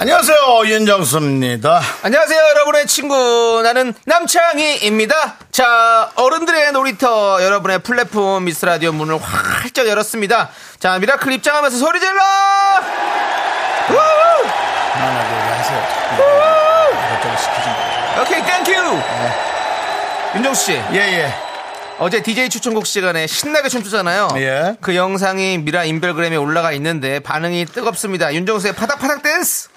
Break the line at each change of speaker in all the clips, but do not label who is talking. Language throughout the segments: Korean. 안녕하세요 윤정수입니다.
안녕하세요, 여러분의 친구. 나는 남창희입니다. 자, 어른들의 놀이터, 여러분의 플랫폼 미스 라디오 문을 활짝 열었습니다. 자, 미라클 입장하면서 소리 질러!
네.
우!
편안하게 하세요. 이것저것 시키지 마.
오케이, 땡큐! 윤정씨,
예예.
어제 DJ 추천곡 시간에 신나게 춤추잖아요.
예.
그 영상이 미라 인별그램에 올라가 있는데 반응이 뜨겁습니다. 윤정수의 파닥파닥 댄스!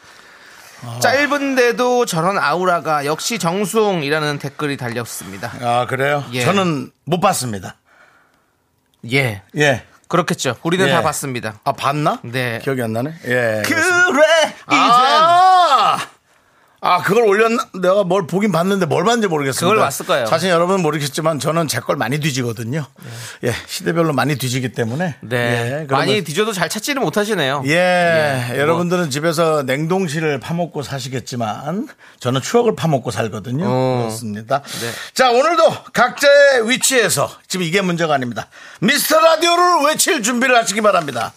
아.
짧은데도 저런 아우라가 역시 정수홍이라는 댓글이 달렸습니다.
아 그래요?
예.
저는 못 봤습니다.
예.
예.
그렇겠죠. 우리는
예.
다 봤습니다.
아 봤나?
네.
기억이 안 나네. 예. 그렇습니다.
그래 이젠
아! 아 그걸 올렸나? 내가 뭘 보긴 봤는데 뭘 봤는지 모르겠습니다.
그걸 봤을 거예요.
사실 여러분 모르겠지만 저는 제 걸 많이 뒤지거든요. 예. 시대별로 많이 뒤지기 때문에.
네
예, 그런
많이
거-
뒤져도 잘 찾지는 못하시네요.
예, 여러분들은 집에서 냉동실을 파먹고 사시겠지만 저는 추억을 파먹고 살거든요.
어.
그렇습니다. 자, 오늘도 각자의 위치에서 지금 이게 문제가 아닙니다. 미스터 라디오를 외칠 준비를 하시기 바랍니다.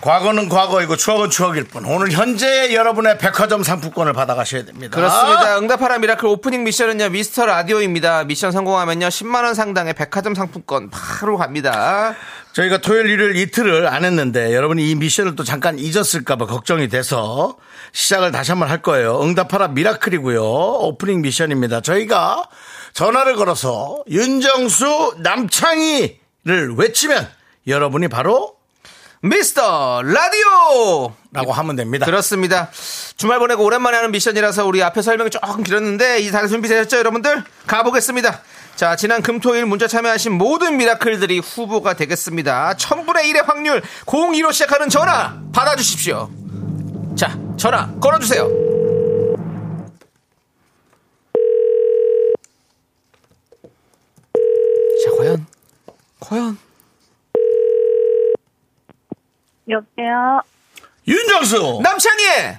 과거는 과거이고 추억은 추억일 뿐 오늘 현재 여러분의 백화점 상품권을 받아가셔야 됩니다.
그렇습니다. 응답하라 미라클 오프닝 미션은요 미스터 라디오입니다. 미션 성공하면요 10만 원 상당의 백화점 상품권 바로 갑니다.
저희가 토요일 일요일 이틀을 안 했는데 여러분이 이 미션을 또 잠깐 잊었을까봐 걱정이 돼서 시작을 다시 한번 할 거예요. 응답하라 미라클이고요. 오프닝 미션입니다. 저희가 전화를 걸어서 윤정수 남창희를 외치면 여러분이 바로
미스터 라디오
라고 하면 됩니다.
그렇습니다. 주말 보내고 오랜만에 하는 미션이라서 우리 앞에 설명이 조금 길었는데 이 다들 준비되셨죠, 여러분들? 가보겠습니다. 자, 지난 금토일 문자 참여하신 모든 미라클들이 후보가 되겠습니다. 1000분의 1의 확률 02로 시작하는 전화 받아주십시오. 자, 전화 걸어주세요. 자, 과연, 과연.
여보세요.
윤정수!
남창희의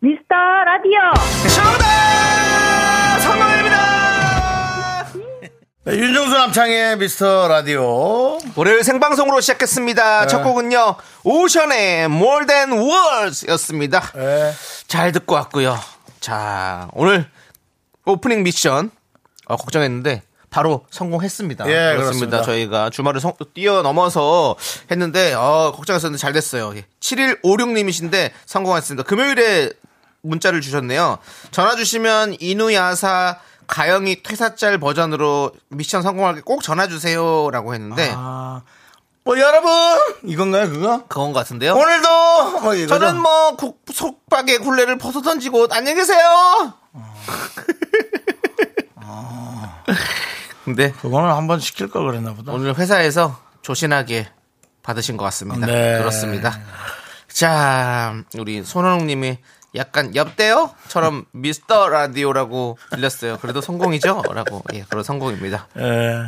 미스터 라디오.
정답! 성공입니다!
네, 윤정수 남창희의 미스터 라디오.
월요일 생방송으로
네.
시작했습니다. 첫 곡은요, 오션의 More Than Words 였습니다.
네.
잘 듣고 왔고요. 자, 오늘 오프닝 미션, 어, 걱정했는데, 바로 성공했습니다.
예, 그렇습니다.
저희가 주말을 성- 뛰어넘어서 했는데, 어, 걱정했었는데 잘 됐어요. 7156님이신데 성공했습니다. 금요일에 문자를 주셨네요. 전화 주시면 이누야사 가영이 퇴사짤 버전으로 미션 성공하게 꼭 전화 주세요라고
아.
했는데
뭐 여러분! 이건가요, 그거?
그건 것 같은데요.
오늘도! 뭐 이거죠?
저는 뭐 국, 속박의 굴레를 벗어 던지고 안녕히 계세요.
어.
근데
그거는 한번 시킬 걸 그랬나 보다.
오늘 회사에서 조신하게 받으신 것 같습니다.
네.
그렇습니다. 자, 우리 손원웅님이 약간 엽대요처럼 미스터 라디오라고 들렸어요. 그래도 성공이죠?라고 예, 그런 성공입니다.
예.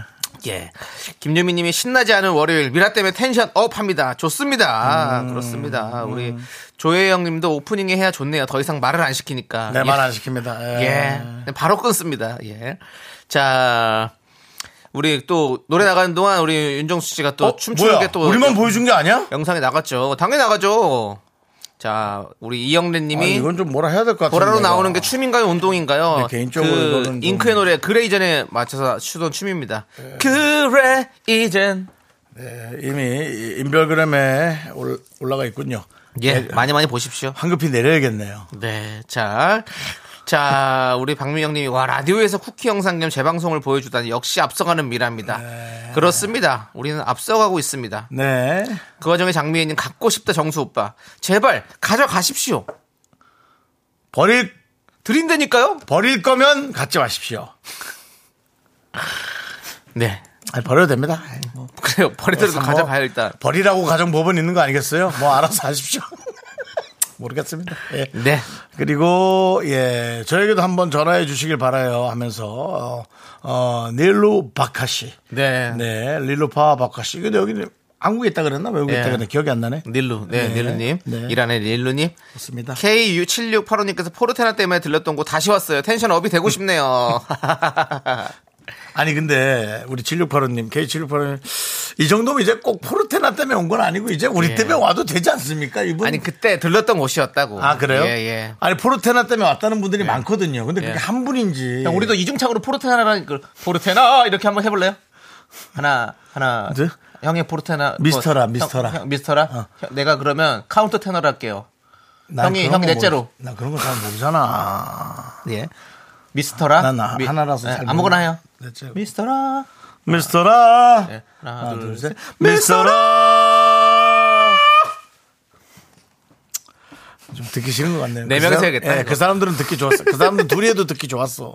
예. 김유미님이 신나지 않은 월요일 미라 때문에 텐션 업합니다. 좋습니다.
음.
그렇습니다. 우리 조혜영님도 오프닝에 해야 좋네요. 더 이상 말을 안 시키니까.
네,
예.
말 안 시킵니다. 예.
예. 바로 끊습니다. 예. 자, 우리 또 노래 나가는 동안 우리 윤정수 씨가 또
어,
춤추는
뭐야?
게 또
우리만 보여준 게 아니야?
영상에 나갔죠. 당연히 나가죠. 자, 우리
아,
이영래님이
이건 좀 뭐라 해야 될 것 같은데.
보라로 나오는 게
내가.
춤인가요, 운동인가요?
네, 개인적으로
그
이거는 좀-
잉크의 노래 그래 이전에 맞춰서 추던 춤입니다. 그래 이젠
예, 이미 인별그램에 올- 올라가 있군요.
예
예,
많이 많이 보십시오.
황급히 내려야겠네요.
네, 자. 자, 우리 박민영님이 와 라디오에서 쿠키 영상 겸 재방송을 보여주다니 역시 앞서가는 미라입니다. 그렇습니다. 우리는 앞서가고 있습니다.
네.
그 과정에 장미애님 갖고 싶다 정수 오빠 제발 가져가십시오.
버릴,
드린다니까요?
버릴 거면 갖지 마십시오.
네,
아니, 버려도 됩니다. 아이, 뭐.
그래요. 버리더라도
뭐
가져가요 일단.
버리라고 가정법은 있는 거 아니겠어요? 뭐 알아서 하십시오. 모르겠습니다. 예.
네.
그리고 예 저에게도 한번 전화해 주시길 바라요 하면서 어, 어 닐루 바카시
네.
네 릴루파 바카시 근데 여기는 한국에 있다 그랬나 외국에
예.
있다 그랬나 기억이 안 나네
닐루, 네,
네.
닐루님.
네.
이란의 닐루님.
맞습니다
K7685님께서 포르테나 때문에 들렀던 곳 다시 왔어요. 텐션 업이 되고 싶네요.
아니 근데 우리 7685님 K7685님 이 정도면 이제 꼭 포르테나 때문에 온 건 아니고 이제 우리
예.
때문에 와도 되지 않습니까 이분
아니, 그때 들렀던 곳이었다고.
아 그래요?
예, 예.
아니 포르테나 때문에 왔다는 분들이 많거든요 근데 그게 한 분인지
그냥 우리도 이중창으로 포르테나라는 그 포르테나 이렇게 한번 해볼래요? 하나 하나
네?
형의 포르테나
미스터라,
형,
미스터라.
형, 미스터라
어.
형, 내가 그러면 카운터 테너를 할게요
난
형이-
그런
형이
거
넷째로.
모르- 나 그런 거 잘 모르잖아
예 미스터라
난 아-
미-
하나라서
예,
잘
아무거나
모르-
해요
넷째로.
미스터라
미스터라
예, 하나,
하나
둘,
둘셋
셋.
미스터라 좀 듣기 싫은 것 같네요
네
그
명이서
사람-
해야겠다,
예,
이거.
그 사람들은 듣기 좋았어 그 사람들은 둘이 해도 듣기 좋았어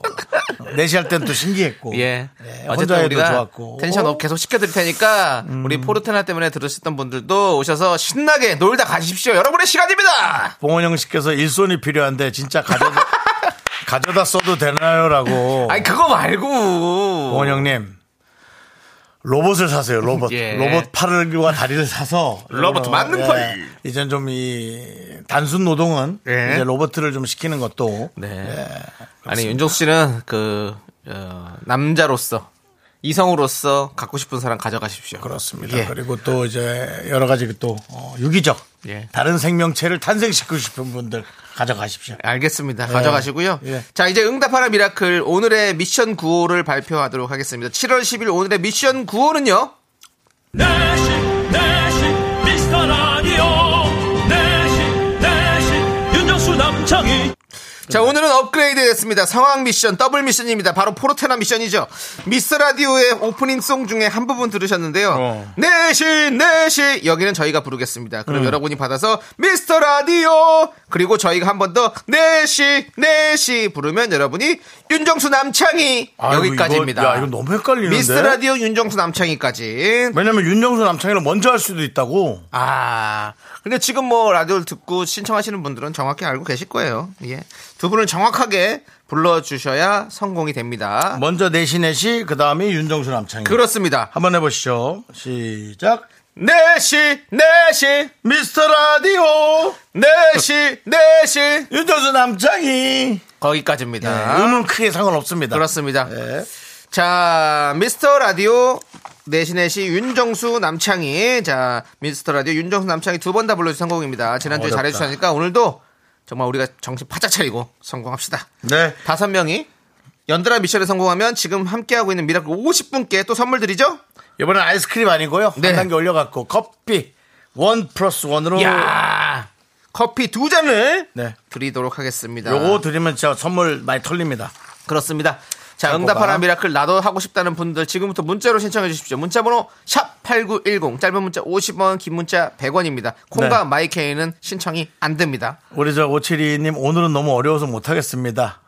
넷이 할 땐 또 신기했고 네,
예.
혼자
어쨌든
해도
우리가
좋았고 음.
텐션 업 계속 시켜드릴 테니까 우리 포르테나 때문에 들으셨던 분들도 오셔서 신나게 놀다 가십시오. 여러분의 시간입니다.
봉원영 씨께서 일손이 필요한데 진짜 가져다 가져다 써도 되나요라고
아니 그거 말고
원영님 로봇을 사세요 로봇
예.
로봇 팔과 다리를 사서
로봇
이거는,
맞는 팔.
이젠 좀 이 단순 노동은
예.
이제 로봇을 좀 시키는 것도 예,
네. 아니 윤종수 씨는 그 어, 남자로서 이성으로서 갖고 싶은 사람 가져가십시오.
그렇습니다
예.
그리고 또 이제 여러 가지 또 어, 유기적
예.
다른 생명체를 탄생시키고 싶은 분들 가져가십시오
알겠습니다. 가져가시고요.
예.
자, 이제 응답하라 미라클 오늘의 미션 9호를 발표하도록 하겠습니다. 7월 10일 오늘의 미션 9호는요.
내시 내시 미스터 라디오 내시 내시 윤정수 남창희
자, 오늘은 업그레이드 됐습니다. 상황 미션, 더블 미션입니다. 바로 포르테나 미션이죠. 미스 라디오의 오프닝 송 중에 한 부분 들으셨는데요.
어.
내시, 내시. 여기는 저희가 부르겠습니다. 그럼
음.
여러분이 받아서 미스터 라디오. 그리고 저희가 한 번 더 내시, 내시 부르면 여러분이 윤정수 남창희.
아이고,
여기까지입니다.
이거- 야, 이거 너무 헷갈리는데?
미스 라디오 윤정수 남창희까지.
왜냐면 윤정수 남창이랑 먼저 할 수도 있다고
아, 근데 지금 뭐 라디오를 듣고 신청하시는 분들은 정확히 알고 계실 거예요. 예. 두 분을 정확하게 불러주셔야 성공이 됩니다.
먼저 내시내시 그 다음에 윤정수 남창이
그렇습니다.
한번 해보시죠 시작
네시, 네시,
미스터 라디오
네시, 네시.
윤정수
네,
남창이 네.
거기까지입니다.
음은 크게 상관없습니다.
그렇습니다. 네.
예.
자, 미스터 라디오 내신의시 윤정수 남창희. 자, 미스터 라디오 윤정수 남창희 두 번 다 불러주신 성공입니다. 지난주에
어렵다.
잘해주셨으니까 오늘도 정말 우리가 정신 바짝 차리고 성공합시다.
네.
다섯 명이 연달아 미션에 성공하면 지금 함께하고 있는 미라클 50분께 또 선물 드리죠?
이번엔 아이스크림 아니고요.
네.
한 단계 올려갖고 커피 원 플러스 원으로
야 커피 두 잔을
네.
드리도록 하겠습니다.
요거 드리면 진짜 선물 많이 털립니다.
그렇습니다. 자,
잘
응답하라
뽑아.
미라클 나도 하고 싶다는 분들 지금부터 문자로 신청해 주십시오. 문자 번호 샵 8910 짧은 문자 50원 긴 문자 100원입니다. 콩과 마이케이는 신청이 안 됩니다.
우리 저 오칠이님 오늘은 너무 어려워서 못하겠습니다.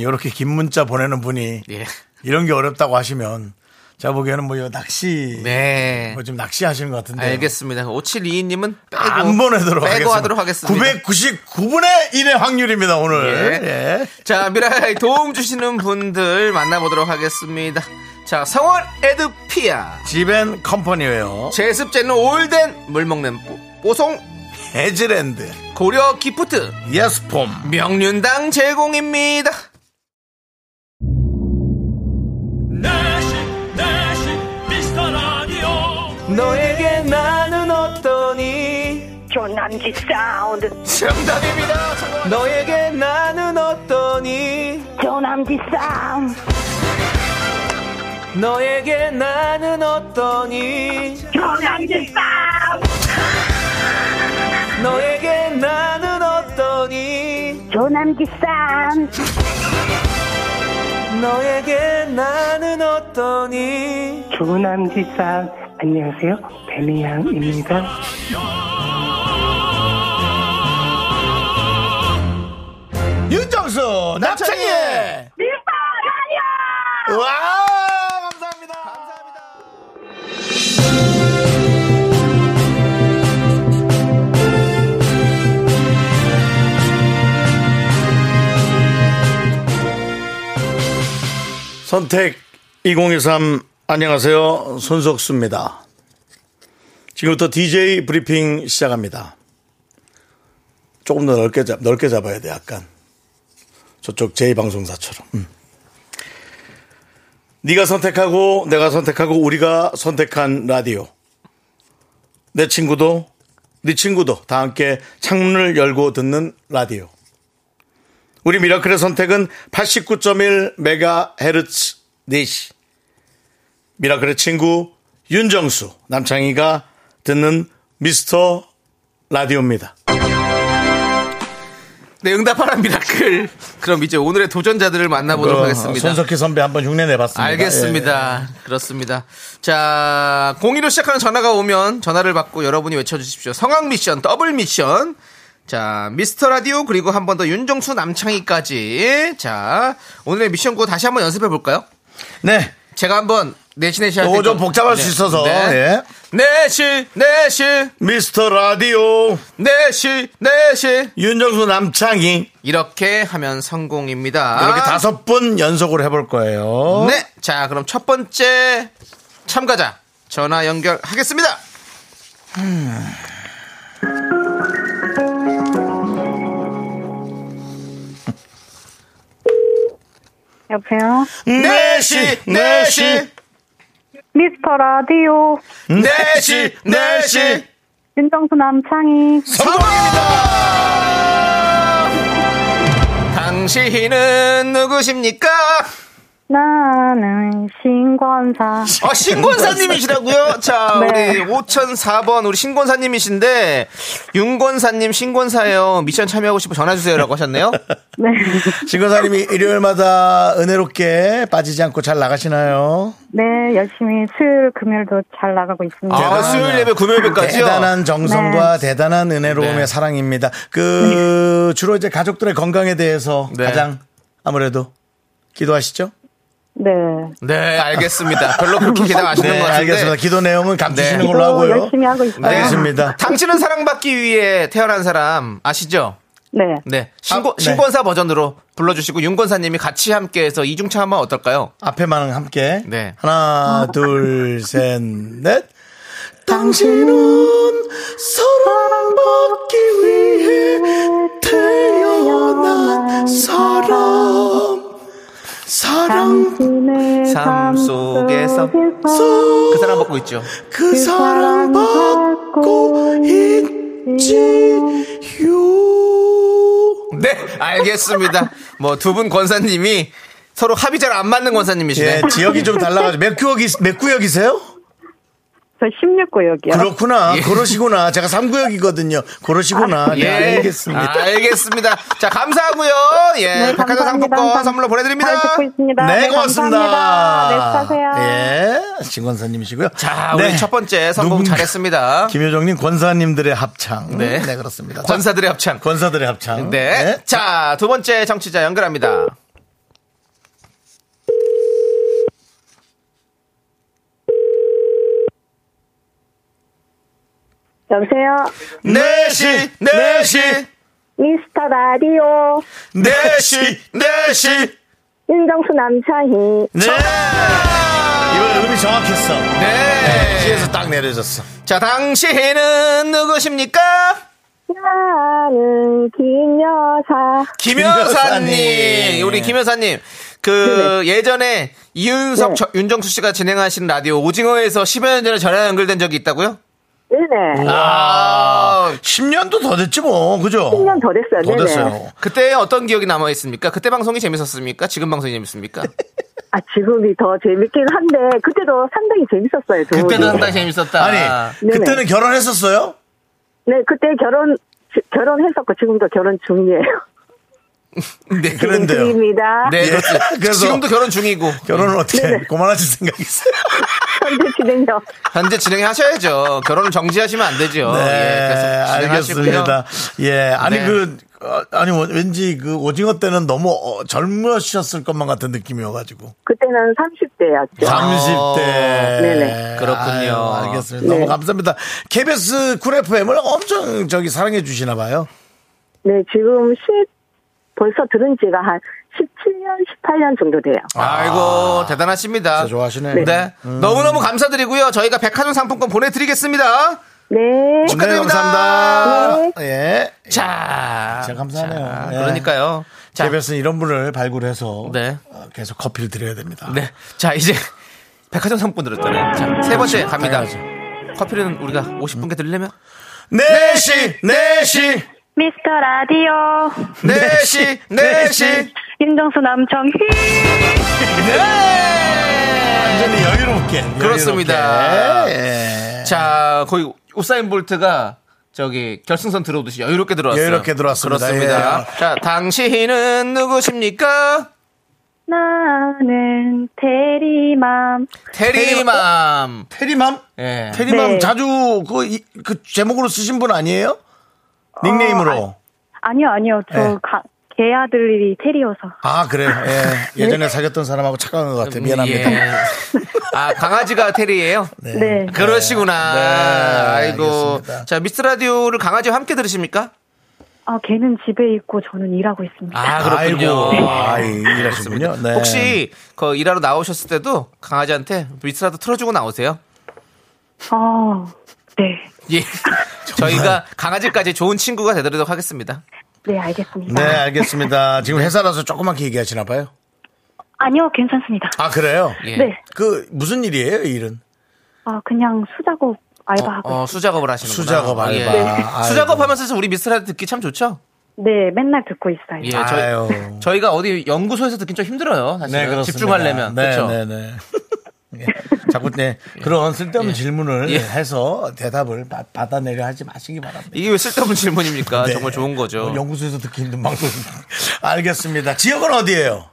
이렇게 긴 문자 보내는 분이
네. 예.
이런 게 어렵다고 하시면 제가 보기에는 뭐 이거 낚시
네.
뭐 지금 낚시하시는 것 같은데.
알겠습니다. 5722님은 빼고
안 보내도록
빼고
하겠습니다.
하도록 하겠습니다.
999분의 1의 확률입니다 오늘.
예.
예.
자, 미라에 도움 주시는 분들 만나보도록 하겠습니다. 자, 성원 에드피아.
집엔 컴퍼니웨어
제습제는 올덴, 물 먹는 뽀- 뽀송,
에즈랜드
고려 기프트,
예스폼
명륜당 제공입니다.
내시 내시 미스터 라디오
너에게 나는 어떠니?
조남지 사운드
정답입니다. 성원. 너에게 나는 어떠니?
조남지 사운드
너에게 나는 어떠니?
조남지 사운드
너에게 나는 어떠니?
조남지 사운드
너에게 나는 어떠니?
조남지사 안녕하세요 배미양입니다.
윤정수 남창희
미스터 라디오
와
아,
감사합니다. 선택 2023 안녕하세요 손석수입니다. 지금부터 DJ 브리핑 시작합니다. 조금 더 넓게 잡 넓게 잡아야 돼 약간 저쪽 제 방송사처럼. 음. 네가 선택하고 내가 선택하고 우리가 선택한 라디오. 내 친구도 네 친구도 다 함께 창문을 열고 듣는 라디오. 우리 미라클의 선택은 89.1 메가헤르츠 네시 미라클의 친구 윤정수 남창희가 듣는 미스터 라디오입니다.
네, 응답하라 미라클. 그럼 이제 오늘의 도전자들을 만나보도록
어,
하겠습니다.
손석희 선배 한번 흉내 내봤습니다. 예,
알겠습니다. 그렇습니다. 자, 02로 시작하는 전화가 오면 전화를 받고 여러분이 외쳐주십시오. 성악 미션, 더블 미션. 자, 미스터 라디오, 그리고 한 번 더 윤정수 남창희까지. 자, 오늘의 미션고 다시 한번 연습해 볼까요?
예. 네.
제가 한번 내신내시
요거 좀 복잡할 수 있어서,
네.
예.
내시, 내시,
미스터 라디오
내시, 내시.
윤정수 남창희
이렇게 하면 성공입니다.
이렇게 다섯 번 연속으로 해볼 거예요.
아. 네. 자, 그럼 첫 번째 참가자 전화 연결하겠습니다.
여보세요?
음, 네시 네시
미스터 라디오.
음. 네시 네시
윤정수 남창희.
성공입니다. 당신은 누구십니까?
나는 신권사.
어, 신권사님이시라고요? 자,
네.
우리 5004번 우리 신권사님이신데 윤권사님 신권사예요. 미션 참여하고 싶어 전화 주세요라고 하셨네요.
네.
신권사님이 일요일마다 은혜롭게 빠지지 않고 잘 나가시나요?
네, 열심히 수요일, 금요일도 잘 나가고 있습니다.
아, 수요일 예배 금요일 예배까지요.
대단한 정성과 대단한 은혜로움의
네.
사랑입니다. 그 주로 이제 가족들의 건강에 대해서
네.
가장 아무래도 기도하시죠?
네.
네, 알겠습니다. 별로 그렇게 기대 마시는
네,
것 같은데.
알겠습니다. 기도 내용은
네.
감추시는 걸로
또
하고요. 네,
열심히 하고 있어요.
알겠습니다.
당신은 사랑받기 위해 태어난 사람 아시죠?
네.
네. 신고,
아, 네.
신권사 버전으로 불러주시고 윤권사님이 같이 함께해서 이중차 하면 어떨까요?
앞에만 함께
네.
하나 둘셋넷 당신은 사랑받기 위해 태어난 사람 사랑
당신의
삶
삶
속에서
속에서
속
그 사람 받고 있죠.
그 사랑 받고 있지요
네, 알겠습니다. 뭐 두 분 권사님이 서로 합이 잘 안 맞는 권사님이시네.
예, 지역이 좀 달라가지고 몇 구역이 몇 구역이세요?
저 16구역이요.
그렇구나.
예. 아,
그러시구나. 제가 3구역이거든요. 그러시구나. 네, 알겠습니다.
알겠습니다. 자, 감사하고요. 예,
네,
백화점
감사합니다.
상품권 선물로 보내드립니다.
잘 듣고 있습니다.
네, 고맙습니다.
감사합니다. 네, 사세요.
예, 진권사님이시고요.
자,
네.
우리 첫 번째 성공
누군가-
잘했습니다.
김효정님 권사님들의 합창.
네.
네, 그렇습니다. 자,
권사들의 합창.
권사들의 합창.
네. 자, 두 번째 정치자 연결합니다.
여보세요.
네시, 네시,
미스터 라디오.
네시, 네시.
윤정수 남창희.
네. 이번 음이 정확했어.
네.
시에서 딱 내려졌어.
자, 당신은 누구십니까?
나는 김여사.
김여사님.
김여사님.
우리 김여사님. 그 예전에 이윤석,
네.
저- 윤정수 씨가 진행하신 라디오 오징어에서 10여 년 전에 전화 연결된 적이 있다고요?
네네.
아.
10년도 더 됐지 뭐. 그죠?
10년 더 됐어요.
더
네네.
됐어요.
아, 그때 어떤 기억이 남아 있습니까? 그때 방송이 재밌었습니까? 지금 방송이 재밌습니까?
아, 지금이 더 재밌긴 한데, 그때도 상당히 재밌었어요. 두 분이.
그때도 상당히 재밌었다.
아니,
네네.
그때는 결혼했었어요?
네, 그때 결혼, 지- 결혼했었고, 지금도 결혼 중이에요.
네.
그런- 그런데요.
중입니다.
네, 그렇죠.
예. 그래서-
지금도 결혼 중이고.
결혼을 어떻게 고만하실 생각이 있어요?
현재 진행력.
현재 진행하셔야죠. 결혼을 정지하시면 안 되죠.
네,
예, 계속 어, 진행하시고요.
알겠습니다. 예, 아니
네.
그 어, 아니 뭐, 왠지 그 오징어 때는 너무 어, 젊으셨을 것만 같은 느낌이어가지고
그때는 30대였죠.
아.
30대
네네.
그렇군요.
아유, 알겠습니다. 너무
네.
감사합니다. KBS 쿨 FM을 엄청 저기 사랑해 주시나 봐요.
네, 지금 10, 벌써 들은 지가 한 17년, 18년 정도 돼요.
아이고 대단하십니다.
진짜 좋아하시네. 음.
네. 너무너무 감사드리고요. 저희가 백화점 상품권 보내드리겠습니다.
네.
축하드립니다.
네, 감사합니다. 예.
자.
진짜 감사하네요.
자,
예.
그러니까요. 자,
KBS는 이런 분을 발굴해서
네.
어, 계속 커피를 드려야 됩니다.
네. 자, 이제 백화점 상품권 들었잖아요. 자,
그렇죠.
세 번째 갑니다. 커피는 우리가 50분께 드리려면?
4시, 4시,
미스터 라디오
음.
4시, 4시.
윤정수 남청희
네!
완전히 여유롭게. 여유롭게.
그렇습니다.
예.
자, 거의 우사인 볼트가 저기 결승선 들어오듯이 여유롭게 들어왔어요.
여유롭게 들어왔습니다. 예.
그렇습니다. 자, 당신은 누구십니까?
나는 테리맘
테리맘.
테리맘?
예.
어? 테리맘
네.
자주 그, 이- 그 제목으로 쓰신 분 아니에요? 닉네임으로.
아니요 아니요
네.
저 가, 개아들이 테리여서
아, 그래요. 예. 예전에 사귀었던 사람하고 착각한 것 같아요. 네, 미안합니다.
예. 아, 강아지가 테리예요?
네.
그러시구나.
네,
아이고.
알겠습니다.
자, 미스 라디오를 강아지와 함께 들으십니까?
아 걔는 집에 있고 저는 일하고 있습니다
아, 그렇군요.
아이고. 아, 이- 이러시군요. 네.
혹시 그 일하러 나오셨을 때도 강아지한테 미스 라디오 틀어주고 나오세요?
아, 어네네
예. 저희가 강아지까지 좋은 친구가 되도록 하겠습니다.
알겠습니다
네, 알겠습니다. 지금 회사라서 조그맣게 얘기하시나 봐요.
아니요 괜찮습니다
아, 그래요?
예.
네
그 무슨 일이에요, 이 일은?
아 그냥 수작업 알바하고
어, 수작업을 하시는
수작업 알바. 네.
수작업
아이고.
하면서 우리 미스라디 듣기 참 좋죠.
네 맨날 듣고 있어요
예,
아유.
저희, 저희가 어디 연구소에서 듣긴 좀 힘들어요. 사실
네, 그렇습니다.
집중하려면
네,
그렇죠.
네, 네. 예, 자꾸 네, 그런 쓸데없는 질문을
예.
해서 대답을 받- 받아내려 하지 마시기 바랍니다.
이게 왜 쓸데없는 질문입니까?
네.
정말 좋은 거죠.
어, 연구소에서 듣기 힘든 방송. 알겠습니다. 지역은 어디예요?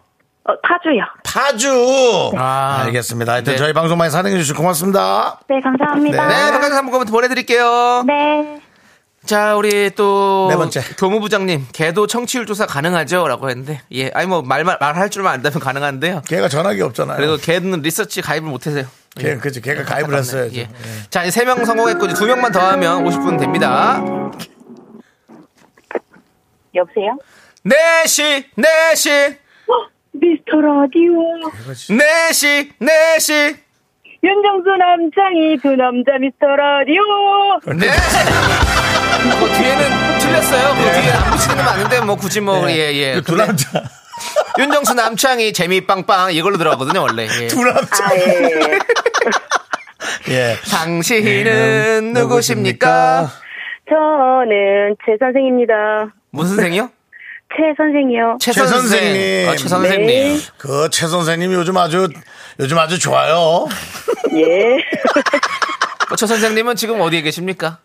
어, 타주요
파주.
아.
알겠습니다. 하여튼
네.
저희 방송 많이 사랑해 주셔서 고맙습니다.
네 감사합니다
네, 박학사 한번 보내드릴게요.
네.
자, 우리 또.
네 번째.
교무부장님, 걔도 청취율 조사 가능하죠? 라고 했는데. 예, 아니 뭐, 말, 말, 말할 줄만 안다면 가능한데요.
걔가 전화기 없잖아요.
그리고 걔는 리서치 가입을 못해서요.
걔, 그치, 네. 걔가 가입을 네. 했어요.
예. 자, 이제 3명 성공했고, 이제 2명만 더 하면 50분 됩니다.
여보세요?
4시, 4시,
어,
미스터 라디오.
4시, 4시,
윤정수 남창이 두 남자 미스터 라디오.
4시. 그 뒤에는 틀렸어요. 그 뒤에 한 붙이는 건 아닌데, 뭐, 굳이 뭐, 예, 예.
그 두
근데
남자.
윤정수 남창이 재미 빵빵 이걸로 들어가거든요, 원래. 예.
두 남자.
아, 예.
예.
당신은 네. 누구십니까?
저는 네, 최 선생입니다.
무슨 생이요?
최 선생이요.
최
최
선생.
선생님.
어, 최 선생님.
네.
그 최 선생님이 요즘 아주, 요즘 아주 좋아요.
예.
어, 최 선생님은 지금 어디에 계십니까?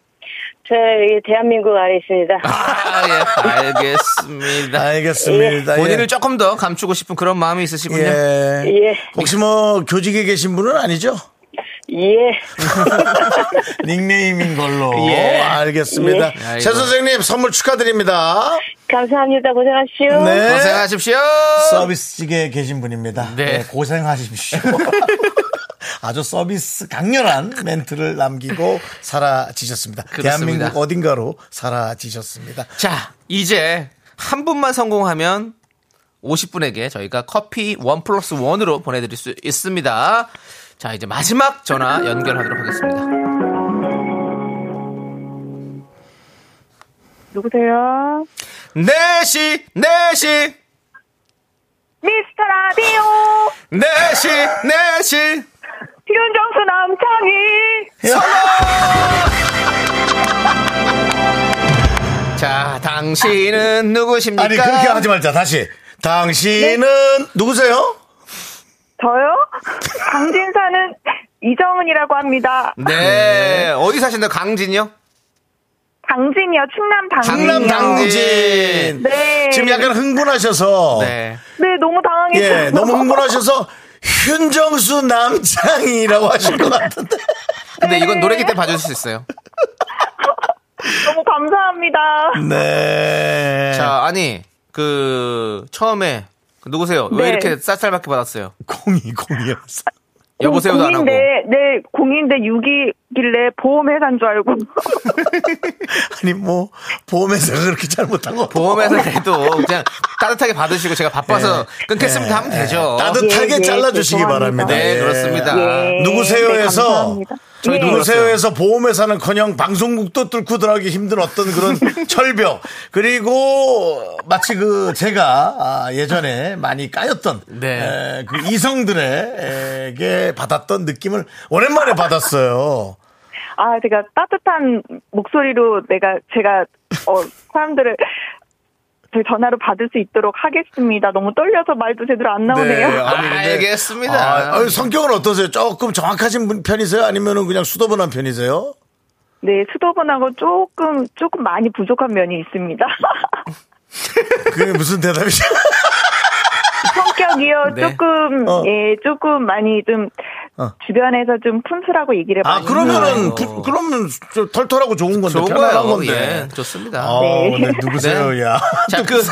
저 여기 대한민국 안에 있습니다.
아, 예. 알겠습니다.
알겠습니다.
본인을 조금 더 감추고 싶은 그런 마음이 있으시군요.
예.
예.
혹시 뭐 교직에 계신 분은 아니죠?
예.
닉네임인 걸로.
예.
알겠습니다.
예.
최 선생님 선물 축하드립니다.
감사합니다. 고생하십시오.
네.
고생하십시오.
서비스직에 계신 분입니다.
네.
네, 고생하십시오. 아주 서비스 강렬한 멘트를 남기고 사라지셨습니다.
그렇습니다.
대한민국 어딘가로 사라지셨습니다.
자, 이제 한 분만 성공하면 50분에게 저희가 커피 원 플러스 원으로 보내드릴 수 있습니다. 자, 이제 마지막 전화 연결하도록 하겠습니다.
누구세요?
4시, 4시,
미스터 라디오.
4시, 4시.
윤정수 남창이.
자, 당신은 누구십니까?
아니 그렇게 하지 말자. 다시. 당신은 누구세요?
저요? 강진사는 이정은이라고 합니다.
네, 어디 사신다 강진이요?
당진이요. 충남 당진이요.
강남 당진.
당진.
네.
지금 약간 흥분하셔서
네.
네, 너무 당황했어요.
예, 너무 흥분하셔서 윤정수 남창이라고 하실 것 같은데.
근데 이건 노래기 때 봐줄 수 있어요.
너무 감사합니다.
네.
자, 아니, 그, 처음에, 그 누구세요? 왜
네.
이렇게 쌀쌀밖에 받았어요?
공이 공이었어.
음,
여보세요도 안 하고.
공인데,
뭐.
네, 공인데 6이길래 보험회 간 줄 알고.
아니 뭐 보험회사 그렇게 잘못하고
보험에서 그래도 그냥 따뜻하게 받으시고 제가 바빠서 끊겠습니다 하면 되죠.
네. 따뜻하게
예, 예,
잘라주시기
죄송합니다.
바랍니다.
네,
예.
그렇습니다.
예, 네,
누구세요에서
감사합니다.
저희
예.
누구세요에서 보험회사는커녕 방송국도 뚫고 들어가기 힘든 어떤 그런 철벽 그리고 마치 그 제가 아, 예전에 많이 까였던
네.
에, 그 이성들에게 받았던 느낌을 오랜만에 받았어요.
아, 제가 따뜻한 목소리로 내가, 제가, 어, 사람들을 제 전화로 받을 수 있도록 하겠습니다. 너무 떨려서 말도 제대로 안 나오네요.
아.
근데-
알겠습니다.
아, 아유, 성격은 어떠세요? 조금 정확하신 분 편이세요? 아니면은 그냥 수도분한 편이세요?
네, 수도분하고 조금, 조금 많이 부족한 면이 있습니다.
그게 무슨 대답이죠?
성격이요,
네.
조금,
어.
예, 조금 많이 좀,
어.
주변에서 좀 푼수라고 얘기를
아,
많이
그러면은,
음.
부- 그러면 저 털털하고 좋은 건데.
좋은
편안한
거예요.
건데.
예, 좋습니다.
어,
네.
네, 누구세요,
네.
야.
자, 그,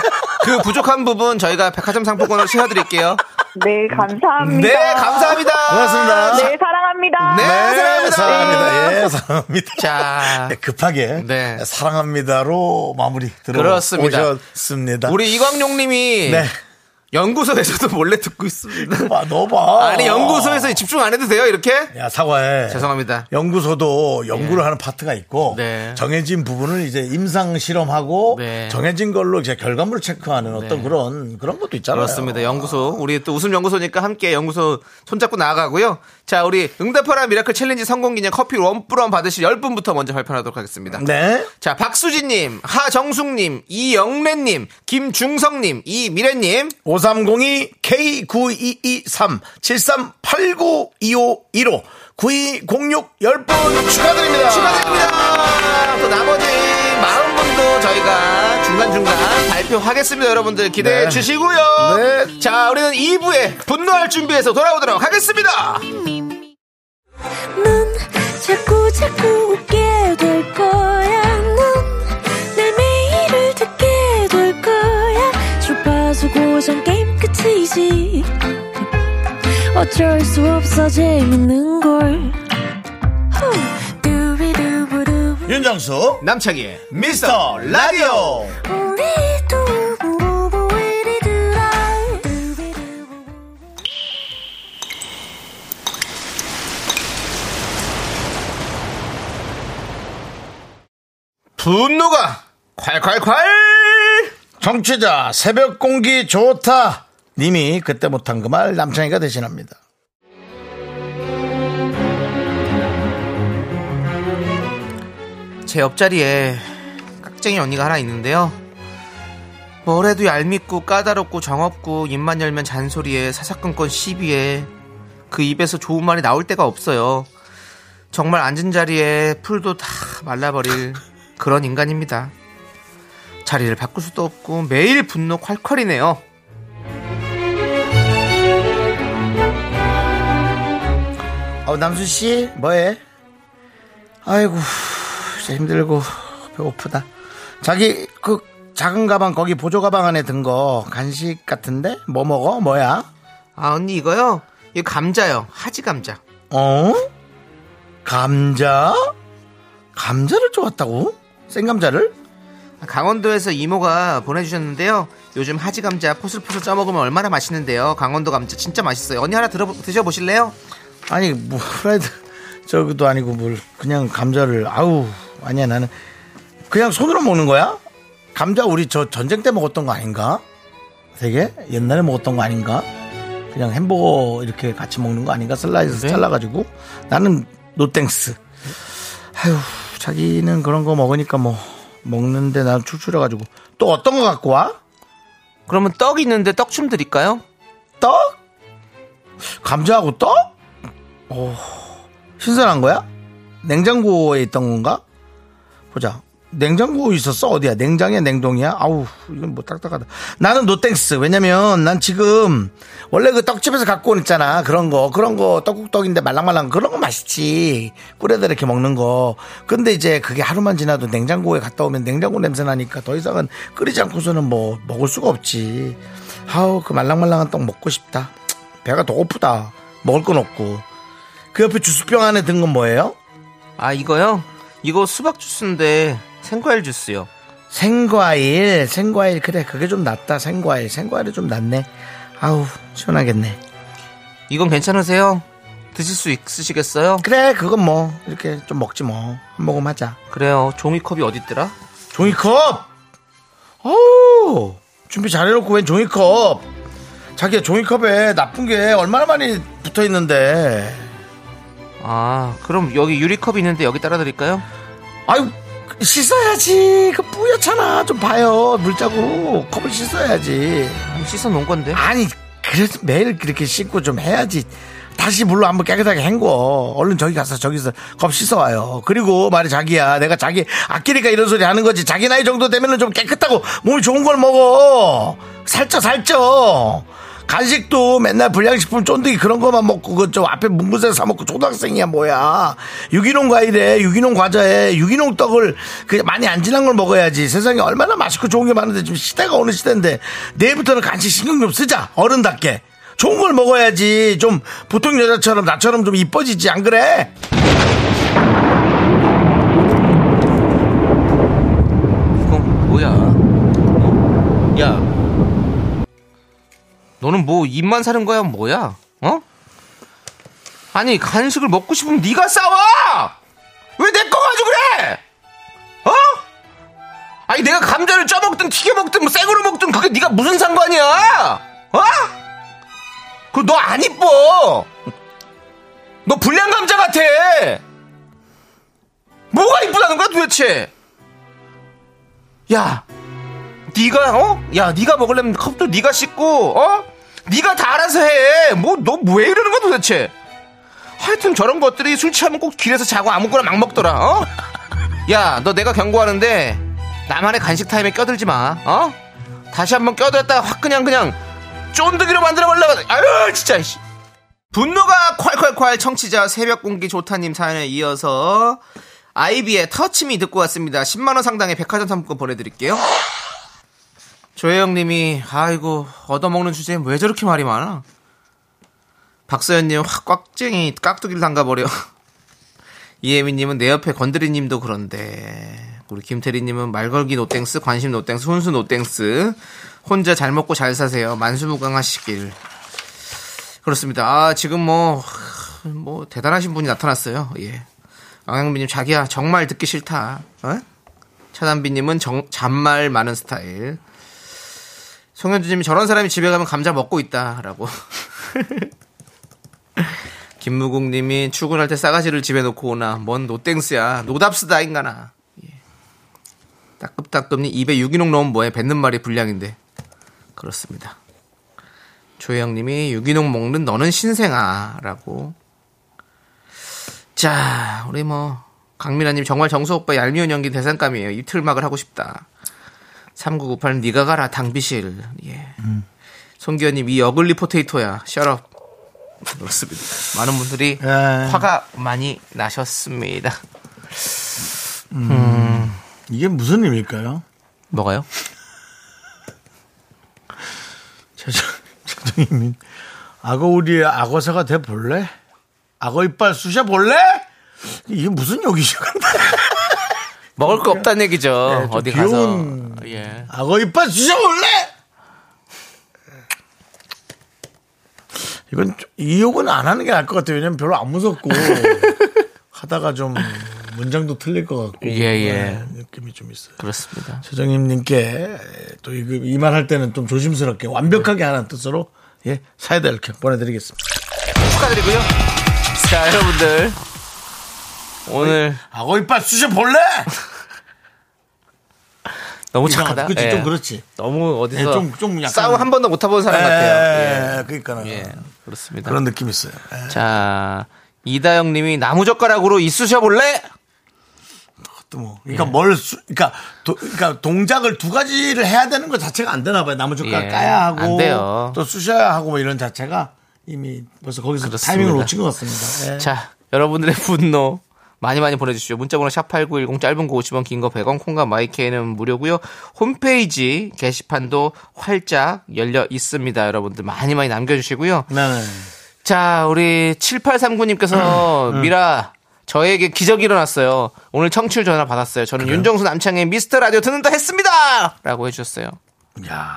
그 부족한 부분 저희가 백화점 상품권을 씌워드릴게요.
네, 감사합니다.
네, 감사합니다.
고맙습니다.
네, 사랑합니다.
네, 아, 사랑합니다. 네.
사랑합니다. 예, 사랑합니다.
자,
네, 급하게
네.
사랑합니다로 마무리
그렇습니다.
들어오셨습니다.
우리 이광용 님이
네.
연구소에서도 몰래 듣고 있습니다.
봐, 너 봐.
아니, 연구소에서 집중 안 해도 돼요, 이렇게?
야, 사과해.
죄송합니다. 예.
연구소도 연구를 하는 파트가 있고
네.
정해진 부분을 이제 임상 실험하고
네.
정해진 걸로 이제 결과물을 체크하는 어떤
네.
그런 그런 것도 있잖아요.
그렇습니다. 연구소. 우리 또 웃음 연구소니까 함께 연구소 손잡고 나아가고요. 자, 우리 응답하라 미라클 챌린지 성공 기념 커피 원뿌런 받으실 10분부터 먼저 발표하도록 하겠습니다.
네.
자, 박수진님, 하정숙님, 이영래님, 김중성님, 이미래님.
5302 K9223 73892515 9206 10분 축하드립니다.
축하드립니다. 또 나머지 많은 분도 저희가 중간중간 발표하겠습니다. 여러분들 기대해
네.
주시고요.
네.
자, 우리는 2부에 분노할 준비해서 돌아오도록 하겠습니다.
넌 자꾸 자꾸 웃게 될 거야. 넌내 매일을 듣게 될 거야. 주파수 고정 게임 끝이지. 어쩔 수 없어 재밌는 걸. 후. 두비두부두부.
윤정수
남창희의
미스터 라디오
우리 두부부부 우리 두라. 두비두부부.
분노가 콸콸콸!
정취자 새벽 공기 좋다 님이 그때 못한 그 말 남창희가 대신합니다.
제 옆자리에 깍쟁이 언니가 하나 있는데요. 뭐래도 얄밉고 까다롭고 정없고 입만 열면 잔소리에 사사건건 시비에 그 입에서 좋은 말이 나올 데가 없어요. 정말 앉은 자리에 풀도 다 말라버릴 그런 인간입니다. 자리를 바꿀 수도 없고 매일 분노 콸콸이네요.
어, 남순 씨, 뭐해? 아이고, 진짜 힘들고 배고프다. 자기 그 작은 가방 거기 보조 가방 안에 든 거 간식 같은데 뭐 먹어? 뭐야?
아 언니 이거요? 이 감자요. 하지 감자.
어? 감자? 감자를 좋았다고? 생감자를?
강원도에서 이모가 보내주셨는데요. 요즘 하지 감자 포슬포슬 쪄먹으면 얼마나 맛있는데요. 강원도 감자 진짜 맛있어요. 언니 하나 들어 드셔보실래요?
아니 뭐 프라이드 저기도 아니고 뭘 그냥 감자를 아우 아니야 나는 그냥 손으로 먹는 거야? 감자 우리 저 전쟁 때 먹었던 거 아닌가? 되게 옛날에 먹었던 거 아닌가? 그냥 햄버거 이렇게 같이 먹는 거 아닌가? 슬라이스 잘라가지고 나는 노땡스. 아유 자기는 그런 거 먹으니까 뭐 먹는데 난 출출해가지고 또 어떤 거 갖고 와?
그러면 떡 있는데 떡 좀 드릴까요?
떡? 감자하고 떡? 오, 신선한 거야? 냉장고에 있던 건가? 보자. 냉장고 있었어? 어디야? 냉장이야? 냉동이야? 아우, 이건 뭐 딱딱하다. 나는 노땡스. 왜냐면 난 지금 원래 그 떡집에서 갖고 온 있잖아. 그런 거. 그런 거 떡국떡인데 말랑말랑 그런 거 맛있지. 꿀에다 이렇게 먹는 거. 근데 이제 그게 하루만 지나도 냉장고에 갔다 오면 냉장고 냄새 나니까 더 이상은 끓이지 않고서는 뭐 먹을 수가 없지. 아우, 그 말랑말랑한 떡 먹고 싶다. 배가 더 고프다. 먹을 건 없고. 그 옆에 주스병 안에 든 건 뭐예요?
아 이거요? 이거 수박 주스인데 생과일 주스요.
생과일, 생과일 그래 그게 좀 낫다. 생과일, 생과일이 좀 낫네. 아우 시원하겠네.
이건 괜찮으세요? 드실 수 있으시겠어요?
그래 그건 뭐 이렇게 좀 먹지 뭐 한 모금 하자.
그래요. 종이컵이 어딨더라?
종이컵. 어우 준비 잘해놓고 웬 종이컵? 자기야 종이컵에 나쁜 게 얼마나 많이 붙어 있는데.
아 그럼 여기 유리컵이 있는데 여기 따라 드릴까요?
아유 씻어야지. 그 뿌옇잖아. 좀 봐요 물자국 컵을 씻어야지.
아니, 씻어 놓은 건데.
아니 그래서 매일 그렇게 씻고 좀 해야지 다시 물로 한번 깨끗하게 헹궈 얼른 저기 가서 저기서 컵 씻어와요 그리고 말이 자기야 내가 자기 아끼니까 이런 소리 하는 거지 자기 나이 정도 되면은 좀 깨끗하고 몸이 좋은 걸 먹어 살쪄 살쪄 간식도 맨날 불량식품 쫀득이 그런 것만 먹고 그 좀 앞에 문구세 사 먹고 초등학생이야 뭐야 유기농 과일에 유기농 과자에 유기농 떡을 그 많이 안 지난 걸 먹어야지 세상에 얼마나 맛있고 좋은 게 많은데 지금 시대가 어느 시대인데 내일부터는 간식 신경 좀 쓰자 어른답게 좋은 걸 먹어야지 좀 보통 여자처럼 나처럼 좀 이뻐지지 안 그래?
그건 뭐야? 어? 야, 너는 뭐 입만 사는 거야? 뭐야? 어? 아니 간식을 먹고 싶으면 네가 싸와! 왜 내 거 가지고 그래? 어? 아니 내가 감자를 쪄먹든 튀겨먹든 뭐 생으로 먹든 그게 네가 무슨 상관이야? 어? 그거 너 안 이뻐. 너 불량 감자 같아. 뭐가 이쁘다는 거야 도대체? 야, 네가 어? 야, 네가 먹으려면 컵도 네가 씻고 어? 네가 다 알아서 해. 뭐 너 왜 이러는 거야 도대체? 하여튼 저런 것들이 술 취하면 꼭 길에서 자고 아무거나 막 먹더라. 어? 야, 너 내가 경고하는데 나만의 간식 타임에 껴들지 마. 어? 다시 한번 껴들었다가 확 그냥 그냥 쫀득이로 만들어 버리려고. 아유, 진짜. 씨. 분노가 콸콸콸 청취자 새벽 공기 조타님 사연에 이어서 아이비의 터치미 듣고 왔습니다. 10만 원 상당의 백화점 상품권 보내드릴게요. 조혜영님이 아이고 얻어먹는 주제에 왜 저렇게 말이 많아? 박서연님 확 꽉쟁이 깍두기를 담가버려. 이혜민님은 내 옆에 건드리님도 그런데 우리 김태리님은 말 걸기 노땡스 관심 노땡스 혼수 노땡스 혼자 잘 먹고 잘 사세요 만수무강하시길 그렇습니다. 아, 지금 뭐, 뭐, 대단하신 분이 나타났어요. 예. 양양비님, 자기야, 정말 듣기 싫다. 어? 차단비님은 정, 잔말 많은 스타일. 송현주님이 저런 사람이 집에 가면 감자 먹고 있다. 라고. 김무국님이 출근할 때 싸가지를 집에 놓고 오나. 뭔 노땡스야. 노답스다, 인간아. 예. 따끔따끔님, 입에 유기농 넣으면 뭐해. 뱉는 말이 불량인데. 그렇습니다. 조혜영님이 유기농 먹는 너는 신생아라고. 자, 우리 뭐 강미라님 정말 정수 오빠 얄미운 연기 대상감이에요. 이틀막을 하고 싶다. 3998님 니가 가라 당비실. 예. 송기현님 이 어글리 포테이토야. 셔럽. 그렇습니다. 예. 많은 분들이 화가 많이 나셨습니다.
이게 무슨 일일까요?
뭐가요?
최정희님 악어 우리의 악어사가 돼 볼래? 악어 이빨 쑤셔 볼래? 이게 무슨 욕이죠? 근데?
먹을 거 없다는 얘기죠.
네, 좀
어디
귀여운-
가서. 예.
악어 이빨 쑤셔 볼래? 이건 좀- 이 욕은 안 하는 게 나을 것 같아요. 왜냐면 별로 안 무섭고 하다가 좀 문장도 틀릴 것 같고
예, 예.
네, 느낌이 좀 있어요.
그렇습니다.
최정임님께 또 이 말 할 때는 좀 조심스럽게 완벽하게 하는 뜻으로 예 사이다 이렇게 보내드리겠습니다.
축하드리고요. 자, 여러분들. 오늘
악어 이빨 쑤셔 볼래?
너무
이상하다.
착하다.
그치,
예.
좀 그렇지.
너무 어디서
예, 좀- 좀 약간-
싸움 한 번도 못 타본 사람 같아요.
예, 그러니까
예.
요
예, 그렇습니다.
그런 느낌 있어요. 예.
자, 이다영 님이 나무젓가락으로 이쑤셔 볼래?
그것도 뭐 그러니까
예.
뭘 수, 그러니까, 도, 그러니까 동작을 두 가지를 해야 되는 것 자체가 안 되나 봐요. 나무젓가락
예,
까야 하고
안 돼요.
또 쑤셔야 하고 뭐 이런 자체가 이미 벌써 거기서
그렇습니다.
타이밍을 놓친 것 같습니다. 예.
자, 여러분들의 분노 많이 많이 보내주십시오. 문자번호 샵8910 짧은 거 50원, 긴 거 100원, 콩과 마이케이는 무료고요. 홈페이지 게시판도 활짝 열려 있습니다. 여러분들 많이 많이 남겨주시고요.
네.
자, 우리 7839님께서 미라 저에게 기적이 일어났어요. 오늘 청취율 전화 받았어요. 저는 윤정수 남창의 미스터 라디오 듣는다 했습니다. 라고 해 주셨어요.
야,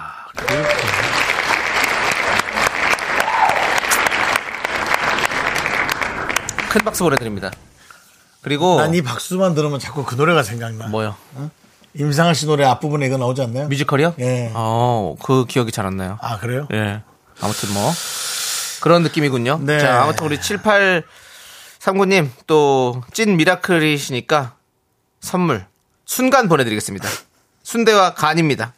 큰 박수 보내 드립니다. 그리고
난 이 박수만 들으면 자꾸 그 노래가 생각나.
어. 뭐요?
임상아 씨 노래 앞부분에 이거 나오지 않나요?
뮤지컬이요?
예.
어, 그 기억이 잘 안 나요.
아, 그래요?
예. 아무튼 뭐 그런 느낌이군요.
네.
자, 아무튼 우리 7839님 또 찐 미라클이시니까 선물 순간 보내드리겠습니다. 순대와 간입니다.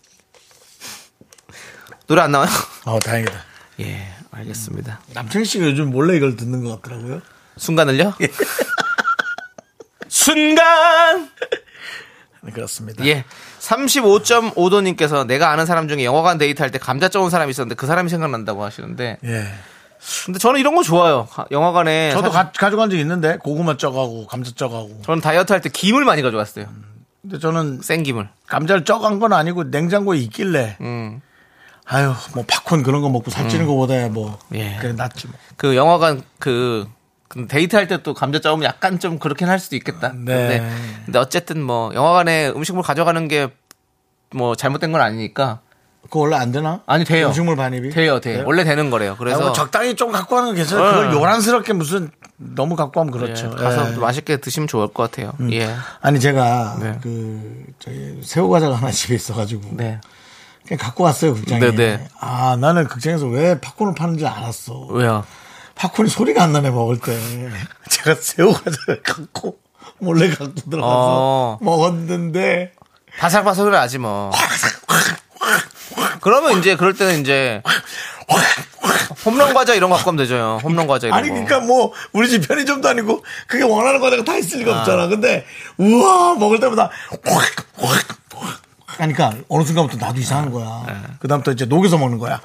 노래 안 나와요?
어, 다행이다.
예, 알겠습니다.
남창 씨가 요즘 몰래 이걸 듣는 것 같더라고요.
순간을요? 예. 순간!
네, 그렇습니다.
예. 35.5도님께서 내가 아는 사람 중에 영화관 데이트할 때 감자 쪄온 사람이 있었는데 그 사람이 생각난다고 하시는데
예.
근데 저는 이런 거 좋아요. 가- 영화관에.
저도
사실
가, 가져간 적 있는데 고구마 쪄가고 감자 쪄가고.
저는 다이어트 할 때 김을 많이 가져갔어요.
근데 저는
생김을.
감자를 쪄간 건 아니고 냉장고에 있길래.
음.
아유, 뭐 팝콘 그런 거 먹고 살찌는 거보다 뭐
예.
그래 낫지 뭐.
그 영화관 그 데이트 할 때 또 감자 짜오면 약간 좀 그렇긴 할 수도 있겠다.
네.
근데, 근데 어쨌든 뭐 영화관에 음식물 가져가는 게 뭐 잘못된 건 아니니까
그거 원래 안 되나?
아니 돼요.
음식물 반입이?
돼요, 돼요.
돼요?
원래 되는 거래요.
아,
그래서
뭐 적당히 좀 갖고 가는 게 괜찮아요. 그걸
어.
요란스럽게 무슨 너무 갖고 하면
예,
그렇죠.
가서
예. 음.
또 맛있게 드시면 좋을 것 같아요. 예.
아니 제가
네.
그 저희 새우 과자가 하나 집에 있어가지고
네.
그냥 갖고 왔어요 극장에.
네, 네.
아 나는 극장에서 왜 팝콘을 파는지 알았어.
왜요?
팝콘이 소리가 안 나네 먹을 때. 제가 새우 과자를 갖고 몰래 갖고 들어가서
어.
먹었는데
바삭바삭을 하지 뭐. 그러면 이제 그럴 때는 이제 홈런 과자 이런 거 갖고 하면 되죠. 홈런 과자 이런
아니
거.
그러니까 뭐 우리 집 편의점도 아니고 그게 원하는 과자가 다 있을 리가 없잖아. 근데 우와 먹을 때마다 확확확 하니까 어느 순간부터 나도 이상한 거야. 그다음부터 이제 녹여서 먹는 거야.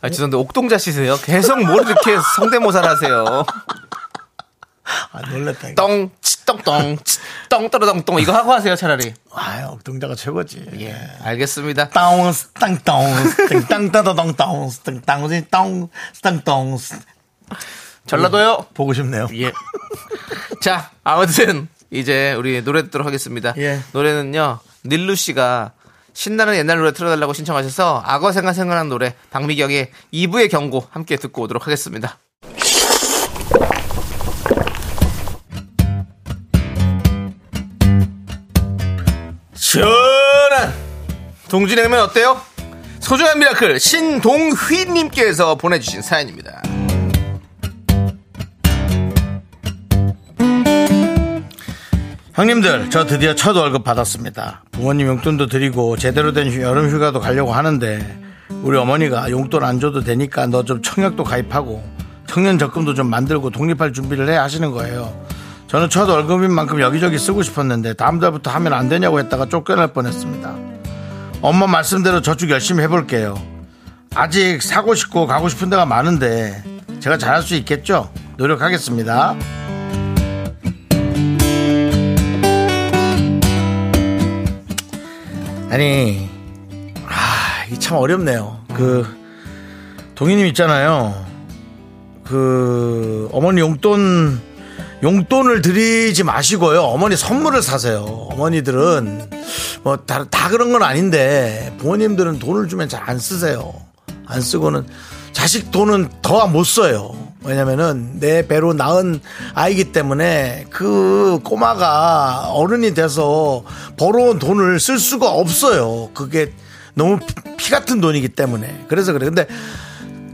아, 죄송한데 옥동자 씨세요? 계속 뭘 이렇게 성대모사를 하세요?
아 놀랬다. 이거.
똥, 치똥똥, 치똥 떨어덩똥 이거 하고 하세요 차라리.
아 옥동자가 최고지.
예, 알겠습니다.
다운스 땅다운스 땅땅따다당 다운스 땅다운스 다운스 땅다운스
전라도요.
보고 싶네요.
예. 자, 아무튼 이제 우리 노래 듣도록 하겠습니다.
예.
노래는요 닐루 씨가 신나는 옛날 노래 틀어달라고 신청하셔서 악어 생각 생각난 노래 박미경의 2부의 경고 함께 듣고 오도록 하겠습니다. 시원한 동진냉면 어때요? 소중한 미라클 신동휘님께서 보내주신 사연입니다.
형님들, 저 드디어 첫 월급 받았습니다. 부모님 용돈도 드리고 제대로 된 휴- 여름 휴가도 가려고 하는데 우리 어머니가 용돈 안 줘도 되니까 너 좀 청약도 가입하고 청년 적금도 좀 만들고 독립할 준비를 해 하시는 거예요. 저는 첫 월급인 만큼 여기저기 쓰고 싶었는데 다음 달부터 하면 안 되냐고 했다가 쫓겨날 뻔했습니다. 엄마 말씀대로 저축 열심히 해볼게요. 아직 사고 싶고 가고 싶은 데가 많은데 제가 잘할 수 있겠죠? 노력하겠습니다. 아니, 아, 이 참 어렵네요. 그, 동희님 있잖아요. 그, 어머니 용돈, 용돈을 드리지 마시고요. 어머니 선물을 사세요. 어머니들은, 뭐, 다, 다 그런 건 아닌데, 부모님들은 돈을 주면 잘 안 쓰세요. 안 쓰고는, 자식 돈은 더 못 써요. 왜냐면은 내 배로 낳은 아이기 때문에 그 꼬마가 어른이 돼서 벌어온 돈을 쓸 수가 없어요. 그게 너무 피- 피 같은 돈이기 때문에. 그래서 그래. 근데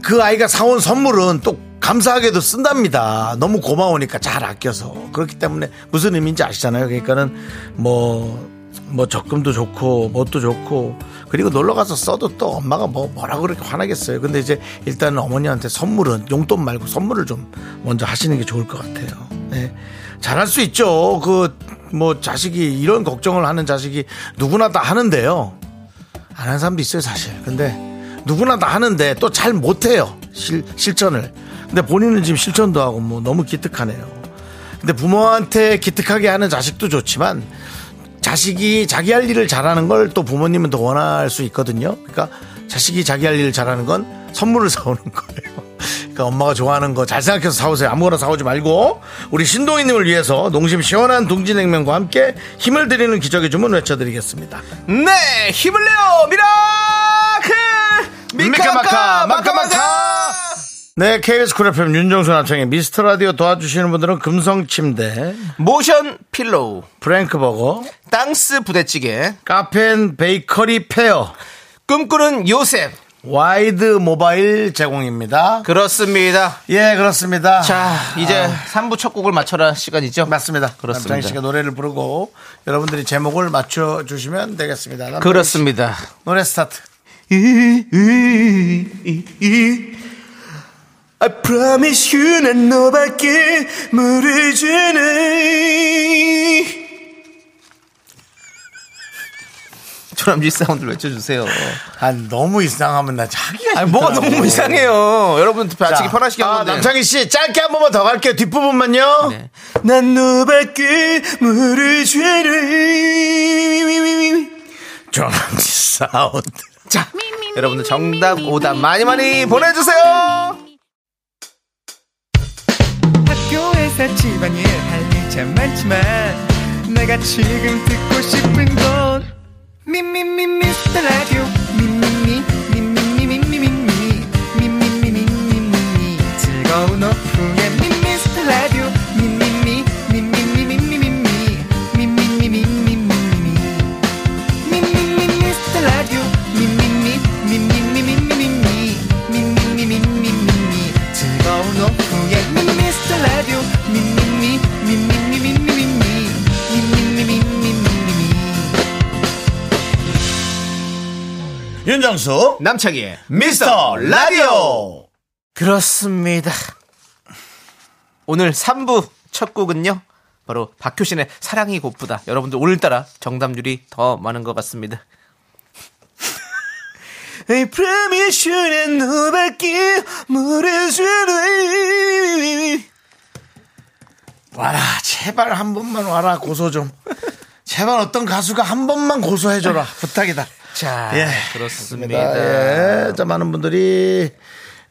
그 아이가 사온 선물은 또 감사하게도 쓴답니다. 너무 고마우니까 잘 아껴서. 그렇기 때문에 무슨 의미인지 아시잖아요. 그러니까는 뭐, 뭐 적금도 좋고, 뭣도 좋고, 그리고 놀러 가서 써도 또 엄마가 뭐, 뭐라고 그렇게 화나겠어요. 근데 이제 일단은 어머니한테 선물은 용돈 말고 선물을 좀 먼저 하시는 게 좋을 것 같아요. 네. 잘할 수 있죠. 그, 뭐 자식이 이런 걱정을 하는 자식이 누구나 다 하는데요. 안 하는 사람도 있어요 사실 근데 누구나 다 하는데 또 잘 못해요 실, 실천을 근데 본인은 지금 실천도 하고 뭐 너무 기특하네요 근데 부모한테 기특하게 하는 자식도 좋지만 자식이 자기 할 일을 잘하는 걸 또 부모님은 더 원할 수 있거든요 그러니까 자식이 자기 할 일을 잘하는 건 선물을 사오는 거예요. 그러니까 엄마가 좋아하는 거 잘 생각해서 사오세요. 아무거나 사오지 말고 우리 신동희님을 위해서 농심 시원한 동지냉면과 함께 힘을 드리는 기적의 주문 외쳐드리겠습니다.
네, 힘을 내요, 미라클! 미카마카,
미카마카,
마카마카!
네, KBS 쿨 FM 윤정수 남창의 미스터 라디오 도와주시는 분들은 금성침대,
모션 필로우,
프랭크버거,
땅스 부대찌개,
카페인 베이커리 페어,
꿈꾸는 요셉.
와이드 모바일 제공입니다.
그렇습니다.
예, 그렇습니다.
자, 이제 3부 첫 곡을 아, 맞춰라 시간이죠?
맞습니다.
그렇습니다.
아, 남창희 씨가 노래를 부르고 여러분들이 제목을 맞춰 주시면 되겠습니다. 남창희
그렇습니다.
씨, 노래 스타트.
I promise you 난 너밖에 모르잖아. 조남지 사운드를 외쳐주세요.
아, 너무 이상하면 나 자기가.
아니, 뭐가
싫더라고.
너무 이상해요. 여러분
자,
맞추기 편하시게
아,
한 건데.
남창희 씨 짧게 한 번만 더 갈게요. 뒷부분만요.
네. 난 너밖에 모르잖아.
조남지 사운드.
자, 여러분들 정답 오답 많이 많이 보내주세요.
학교에서 집안일 할 일 참 많지만 내가 지금 듣고 싶은 건 미미미 미스터 라디오 미미미 미미미 미미미 미미미 미미미 미미미 즐거운 오후에 미스터 라디오 미미미 미미미 미미미 미미미 미미미 미미미
윤정수.
남창희의
미스터 라디오.
그렇습니다. 오늘 3부 첫 곡은요. 바로 박효신의 사랑이 곧보다 여러분들 오늘따라 정답률이 더 많은 것 같습니다. I promise you 난 너밖에 모르잖아.
와라, 제발 한 번만 와라, 고소 좀. 제발 어떤 가수가 한 번만 고소해줘라. 부탁이다.
자,
예.
그렇습니다.
예, 자, 많은 분들이.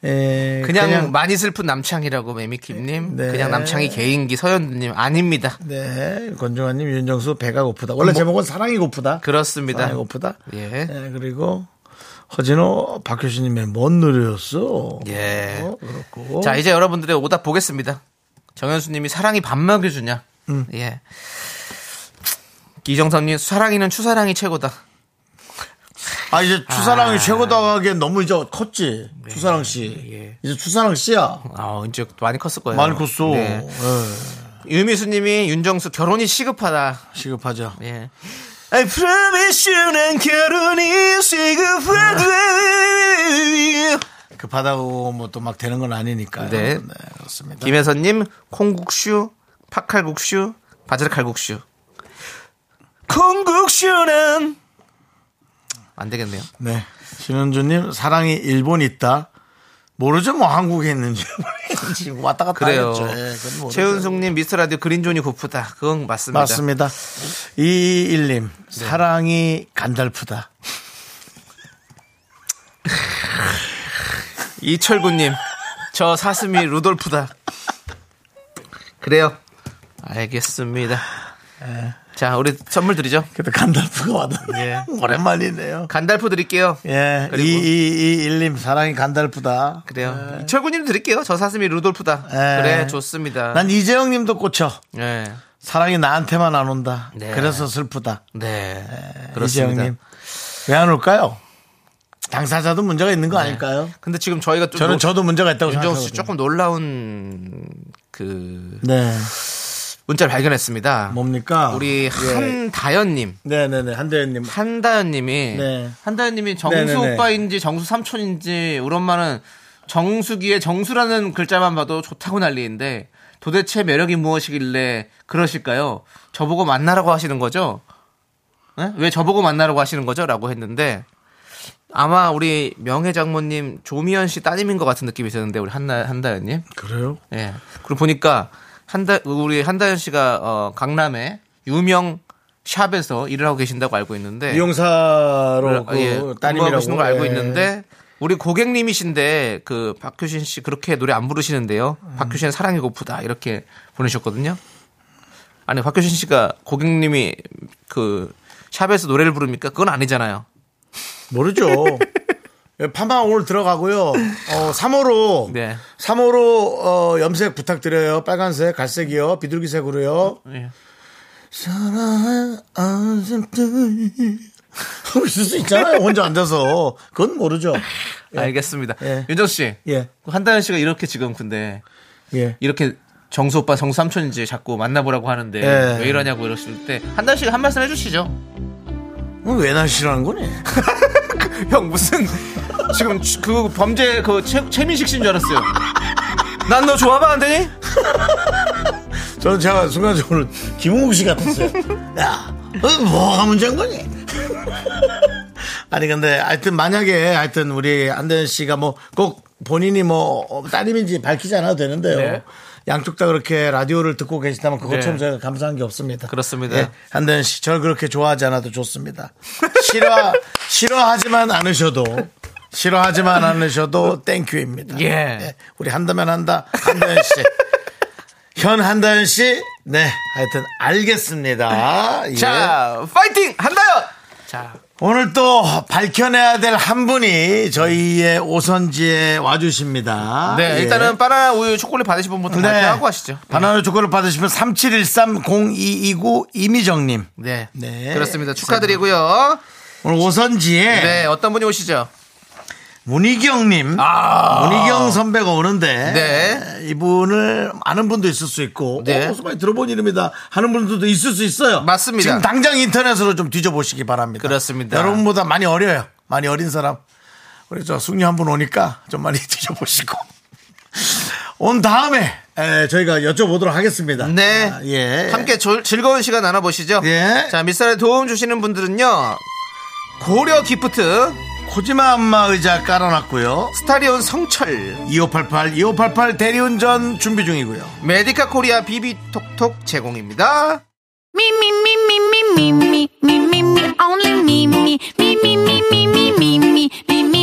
예,
그냥, 뭐 많이 슬픈 남창이라고 매미킴님,
네.
그냥 남창이 개인기 서현님 아닙니다.
네, 권중환님, 윤정수 배가 고프다. 원래 제목은 사랑이 고프다.
뭐 그렇습니다.
사랑이 고프다.
예.
예, 그리고 허진호, 박효신님의 뭔 노래였어?
예.
어, 그렇고.
자, 이제 여러분들의 오답 보겠습니다. 정현수님이 사랑이 밥 먹여주냐? 예. 이정섭님 사랑이는 추사랑이 최고다.
아 이제 추사랑이 최고다 하기엔 너무 이제 컸지.
네.
추사랑 씨.
예.
이제 추사랑 씨야.
아, 이제 많이 컸을 거예요.
많이 컸어.
네.
예,
유미수님이 윤정수 결혼이 시급하다.
시급하죠.
예. I promise you 난 결혼이 시급하다.
급하다고 뭐 또 막 되는 건 아니니까요.
네.
그렇습니다.
김혜선님 콩국슈, 팥칼국슈, 바질칼국슈. 콩국슈는 안 되겠네요.
네. 신은주님 사랑이 일본 있다. 모르죠 뭐 한국에 있는지 지금 왔다 갔다
그래요.
하겠죠. 예, 그건 모르죠.
최은숙님 미스터 라디오 그린존이 고프다. 그건 맞습니다.
맞습니다. 이일님 사랑이 간달프다.
이철구님 저 사슴이 루돌프다. 그래요. 알겠습니다.
예.
자 우리 선물 드리죠.
그래도 간달프가 와닿네. 오랜만이네요.
간달프 드릴게요.
예.
예. 그리고-
이이이일님 사랑이 간달프다.
그래요. 이철구님 드릴게요. 저 사슴이 루돌프다.
예.
그래 좋습니다.
난 이재영 님도 꽂혀.
예.
사랑이 나한테만 안 온다.
네.
그래서 슬프다. 예,
네.
이재영
그렇습니다.
님. 왜 안 올까요? 당사자도 문제가 있는 거 아닐까요?
근데 지금 저희가 네. 좀
저는
노-
저도 문제가 있다고
윤정수
생각하거든요.
씨 조금 놀라운 그
네.
문자를 발견했습니다.
뭡니까?
우리
예.
한다연님.
네, 네, 네. 한대현 님.
한다연님이
네.
한다연님이 정수
네네네.
오빠인지 정수 삼촌인지 우리 엄마는 정수기에 정수라는 글자만 봐도 좋다고 난리인데 도대체 매력이 무엇이길래 그러실까요? 저보고 만나라고 하시는 거죠? 예? 왜 저보고 만나라고 하시는 거죠?라고 했는데 아마 우리 명예 장모님 조미연 씨 따님인 것 같은 느낌이 드는데 우리 한나 한다연님
그래요?
예. 그리고 보니까 한다 우리 한다현 씨가 어, 강남에 유명 샵에서 일을 하고 계신다고 알고 있는데
이용사로 그
네. 예,
따님이라고
하시는 걸 알고
예.
있는데 우리 고객님이신데 그 박효신 씨 그렇게 노래 안 부르시는데요. 박효신 사랑이 고프다 이렇게 보내셨거든요. 아니 박효신 씨가 고객님이 그 샵에서 노래를 부릅니까? 그건 아니잖아요.
모르죠. 예, 파마 오늘 들어가고요. 어, 3호로
네.
3호로 어, 염색 부탁드려요. 빨간색, 갈색이요, 비둘기색으로요.
예.
사랑의 안색들. 하고 있을 수 있잖아요. 혼자 앉아서 그건 모르죠.
알겠습니다.
예.
윤정수 씨, 그
예.
한다현 씨가 이렇게 지금 근데
예.
이렇게 정수 오빠, 정수 삼촌인지 자꾸 만나보라고 하는데
예.
왜 이러냐고 이랬을 때 한다현 씨가 한 말씀 해주시죠.
왜 날 싫어하는 거니?
형 무슨 지금 주- 그 범죄 그 최, 최민식 씨인 줄 알았어요. 난 너 좋아하면 안 되니?
저는 제가 순간적으로 김홍국 씨 같았어요. 야, 어, 뭐가 문제인 거니? 아니 근데 하여튼 만약에 하여튼 우리 안대현 씨가 뭐 꼭 본인이 뭐 어, 따님인지 밝히지 않아도 되는데요.
네.
양쪽 다 그렇게 라디오를 듣고 계시다면 그것처럼
네.
저희가 감사한 게 없습니다.
그렇습니다.
한대현 씨, 절 그렇게 좋아하지 않아도 좋습니다. 싫어 싫어하지만 않으셔도 싫어하지만 않으셔도 땡큐입니다.
예.
우리 한다면 한다. 한다현 씨. 현 한다현 씨. 네. 하여튼 알겠습니다. 예.
자, 파이팅! 한다요! 자,
오늘 또 밝혀내야 될 한 분이 저희의 오선지에 와주십니다.
네,
예.
일단은 바나나 우유 초콜릿 받으신 분부터
네.
발표하고 하시죠.
바나나 초콜릿 받으시면 37130229 이미정님.
네.
네.
그렇습니다. 축하드리고요.
오늘 오선지에
네, 어떤 분이 오시죠?
문희경님.
아.
문희경 선배가 오는데
네.
이분을 아는 분도 있을 수 있고
네.
어, 무슨 많이 들어본 이름이다 하는 분들도 있을 수 있어요.
맞습니다.
지금 당장 인터넷으로 좀 뒤져보시기 바랍니다.
그렇습니다.
여러분보다 많이 어려요. 많이 어린 사람. 우리 저 숙녀 한 분 오니까 좀 많이 뒤져보시고 온 다음에 에, 저희가 여쭤보도록 하겠습니다.
네.
아, 예.
함께 졸- 즐거운 시간 나눠보시죠.
예.
자, 미스터에 도움 주시는 분들은요. 고려 기프트,
코지마 안마 의자 깔아놨고요.
스타리온 성철,
2588, 2588 대리운전 준비 중이고요.
메디카 코리아 비비톡톡 제공입니다.
Me, me, me, me, me, me, me, me, me, me, only me, me, me, me, me, me, me, me, me, me, me,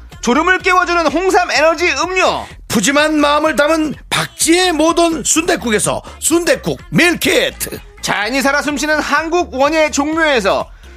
졸음을 깨워주는 홍삼 에너지 음료,
푸짐한 마음을 담은 박지의 모던 순댓국에서순댓국 밀키트
자연이 살아 숨쉬는 한국 원예 종묘에서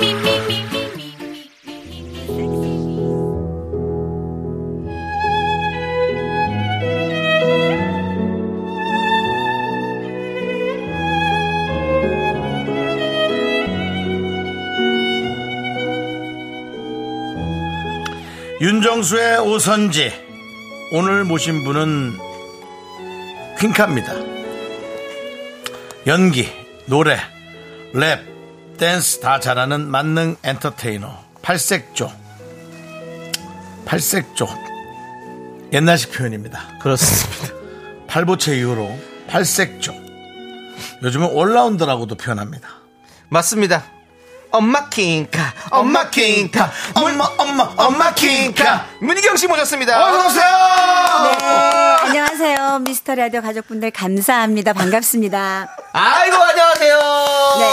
me, me, me, me, me, me, me, me, me, sexy me.
윤정수의 오선지. 오늘 모신 분은 퀸카입니다. 연기, 노래, 랩, 댄스 다 잘하는 만능 엔터테이너. 팔색조. 팔색조. 옛날식 표현입니다.
그렇습니다
팔보채 이후로 팔색조. 요즘은 올라운드라고도 표현합니다.
맞습니다 엄마 킹카 엄마 킹카
엄마, 엄마, 엄마 킹카.
문희경 씨
어,
모셨습니다
어서오세요!
안녕하세요. 미스터 라디오 가족분들 감사합니다. 반갑습니다.
아이고 안녕하세요
네.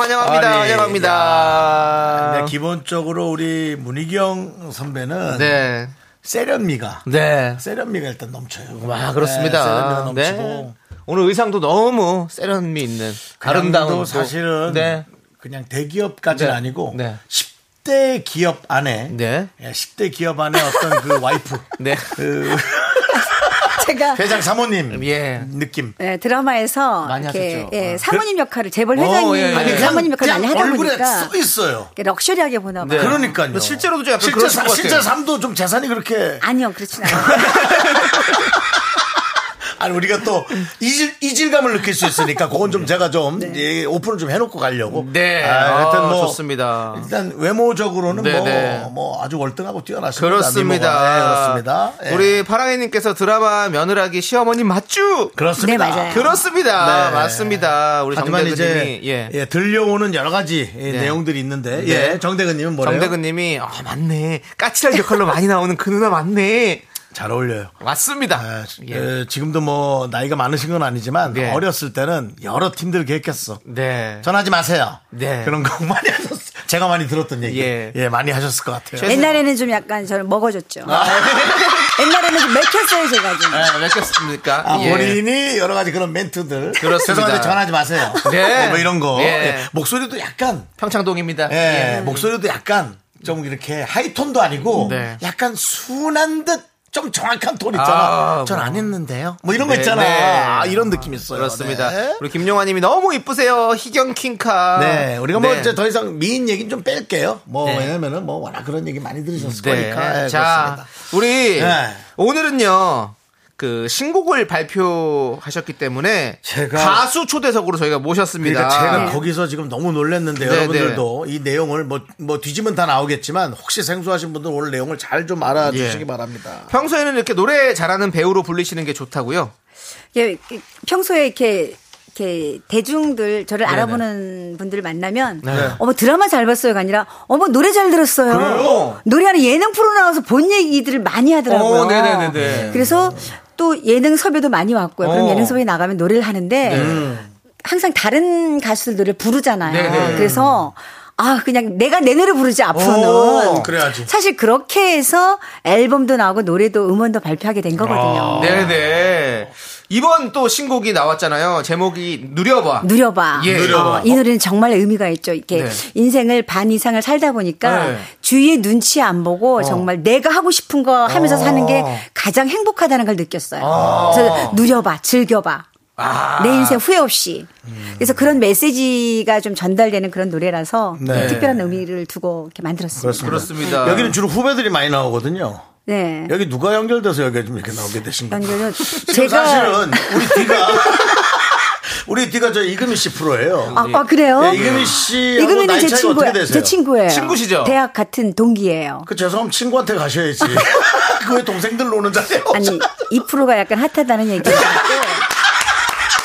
환영합니다
아니,
환영합니다
네, 기본적으로 우리 문희경 선배는
네
세련미가,
네.
세련미가 일단 넘쳐요.
와
네, 세련미가
그렇습니다. 아, 네,
넘치고.
오늘 의상도 너무 세련미 있는
아름다운
아름다운 또.
사실은
네.
그냥 대기업까지는
네.
아니고
네.
10대 10대 기업 안에 예, 10대 기업 안에 어떤 그 와이프
네.
그
제가
회장 사모님
예.
느낌
예, 드라마에서
많이
이렇게
하셨죠.
예,
어.
사모님 역할을 재벌 회장님
어, 예, 예. 아니, 그냥-
네, 사모님 역할을 많이
그냥
하다
얼굴에 네.
보니까
써 있어요.
이렇게 럭셔리하게 보나 봐요.
그러니까요.
네. 실제로도 좀 약간
실제
그러신
사-
것 같아요.
실제 삶도 좀 재산이 그렇게
아니요, 그렇진 않아요.
아니 우리가 또 이질 이질감을 느낄 수 있으니까 그건 좀 제가 좀 예, 오픈을 좀 해놓고 가려고.
네.
아,
아,
하여튼 뭐
좋습니다.
일단 외모적으로는
네,
뭐,
네.
뭐 아주 월등하고 뛰어나십니다.
그렇습니다.
미모가. 네, 그렇습니다. 예.
우리 파랑이님께서 드라마 며느라기 시어머니 맞죠?
그렇습니다. 네, 맞아요.
그렇습니다.
네.
맞습니다. 우리
하지만 이제
정대근님이 예.
예, 들려오는 여러 가지 예,
네.
내용들이 있는데
네.
예, 정대근님은 뭐래요?
정대근님이 아 맞네 까칠한 역할로 많이 나오는 그 누나 맞네
잘 어울려요.
맞습니다.
예, 지금도 뭐 나이가 많으신 건 아니지만
네.
어렸을 때는 여러 팀들 계획했어.
네.
전하지 마세요.
네.
그런 거 많이 하셨어요. 제가 많이 들었던 얘기.
예.
예, 많이 하셨을 것 같아요.
옛날에는 좀 약간 저를 먹어줬죠.
아.
옛날에는 좀 맥혔어요, 제가 좀.
네, 몇 개였습니까?
아,
예.
본인이 여러 가지 그런 멘트들.
그렇습니다.
죄송한데 전하지 마세요.
네.
뭐 이런 거.
예.
예, 목소리도 약간.
평창동입니다.
예,
예.
목소리도 약간 좀 이렇게 하이톤도 아니고
네.
약간 순한 듯 좀 정확한 톤 있잖아.
아,
전 안 했는데요. 뭐 이런 거
네,
있잖아.
네.
아, 이런 느낌 있어요.
그렇습니다.
네.
우리 김용환님이 너무 이쁘세요. 희경 킹카.
네, 우리가 뭐
네.
이제 더 이상 미인 얘기는 좀 뺄게요. 뭐
네.
왜냐면은 뭐 워낙 그런 얘기 많이 들으셨을
네.
거니까. 예,
자,
그렇습니다.
우리
네.
오늘은요. 그 신곡을 발표하셨기 때문에
제가-
가수 초대석으로 저희가 모셨습니다.
그러니까 제가 거기서 지금 너무 놀랐는데
네,
여러분들도 이 내용을 뭐, 뭐 뒤지면 다 나오겠지만 혹시 생소하신 분들 오늘 내용을 잘 좀 알아주시기
예.
바랍니다.
평소에는 이렇게 노래 잘하는 배우로 불리시는 게 좋다고요.
예, 그, 평소에 이렇게 이렇게 대중들 저를
네네. 네.
알아보는 분들을 만나면
네.
어머 드라마 잘 봤어요가 아니라 어머 노래 잘 들었어요.
그래요?
노래하는 예능 프로 나와서 본 얘기들을 많이 하더라고요.
어, 네네네네.
그래서 또 예능 섭외도 많이 왔고요. 그럼
어. 네.
예능 섭외 나가면 노래를 하는데 항상 다른 가수들 노래 부르잖아요.
네네.
그래서 아 그냥 내가 내 노래 부르지
오,
어,
앞으로는
그래야지.
사실 그렇게 해서 앨범도 나오고 노래도 음원도 발표하게 된
아. 네.
거거든요.
네, 네네. 이번 또 신곡이 나왔잖아요. 제목이 누려봐.
누려봐.
예. 누려봐.
어, 이 노래는 정말 의미가 있죠. 이렇게
네.
인생을 반 이상을 살다 보니까
네.
주위의 눈치 안
어.
보고 정말 내가 하고 싶은 거 하면서 사는 게 가장 행복하다는 걸 느꼈어요.
아.
그래서 누려봐, 즐겨봐.
아,
내 인생 후회 없이. 그래서 그런 메시지가 좀 전달되는 그런 노래라서
음. 네.
특별한 의미를 두고 이렇게 만들었습니다.
그렇습니다.
여기는 주로 후배들이 많이 나오거든요.
네.
여기 누가 연결돼서 여기 좀 이렇게 나오게 되신 거예요?
연결은
지금
제가
사실은 우리 뒤가 우리 뒤가 저 이금희 씨 프로예요.
아, 아, 그래요?
네, 이금희 씨하고
이금희는
나이
제
차이가 어떻게
친구예요.
되세요?
제 친구예요.
친구시죠?
대학 같은 동기예요.
그 죄송하면 친구한테 가셔야지. 그왜 동생들 노는 자리에
아니 이 프로가 약간 핫하다는 얘기고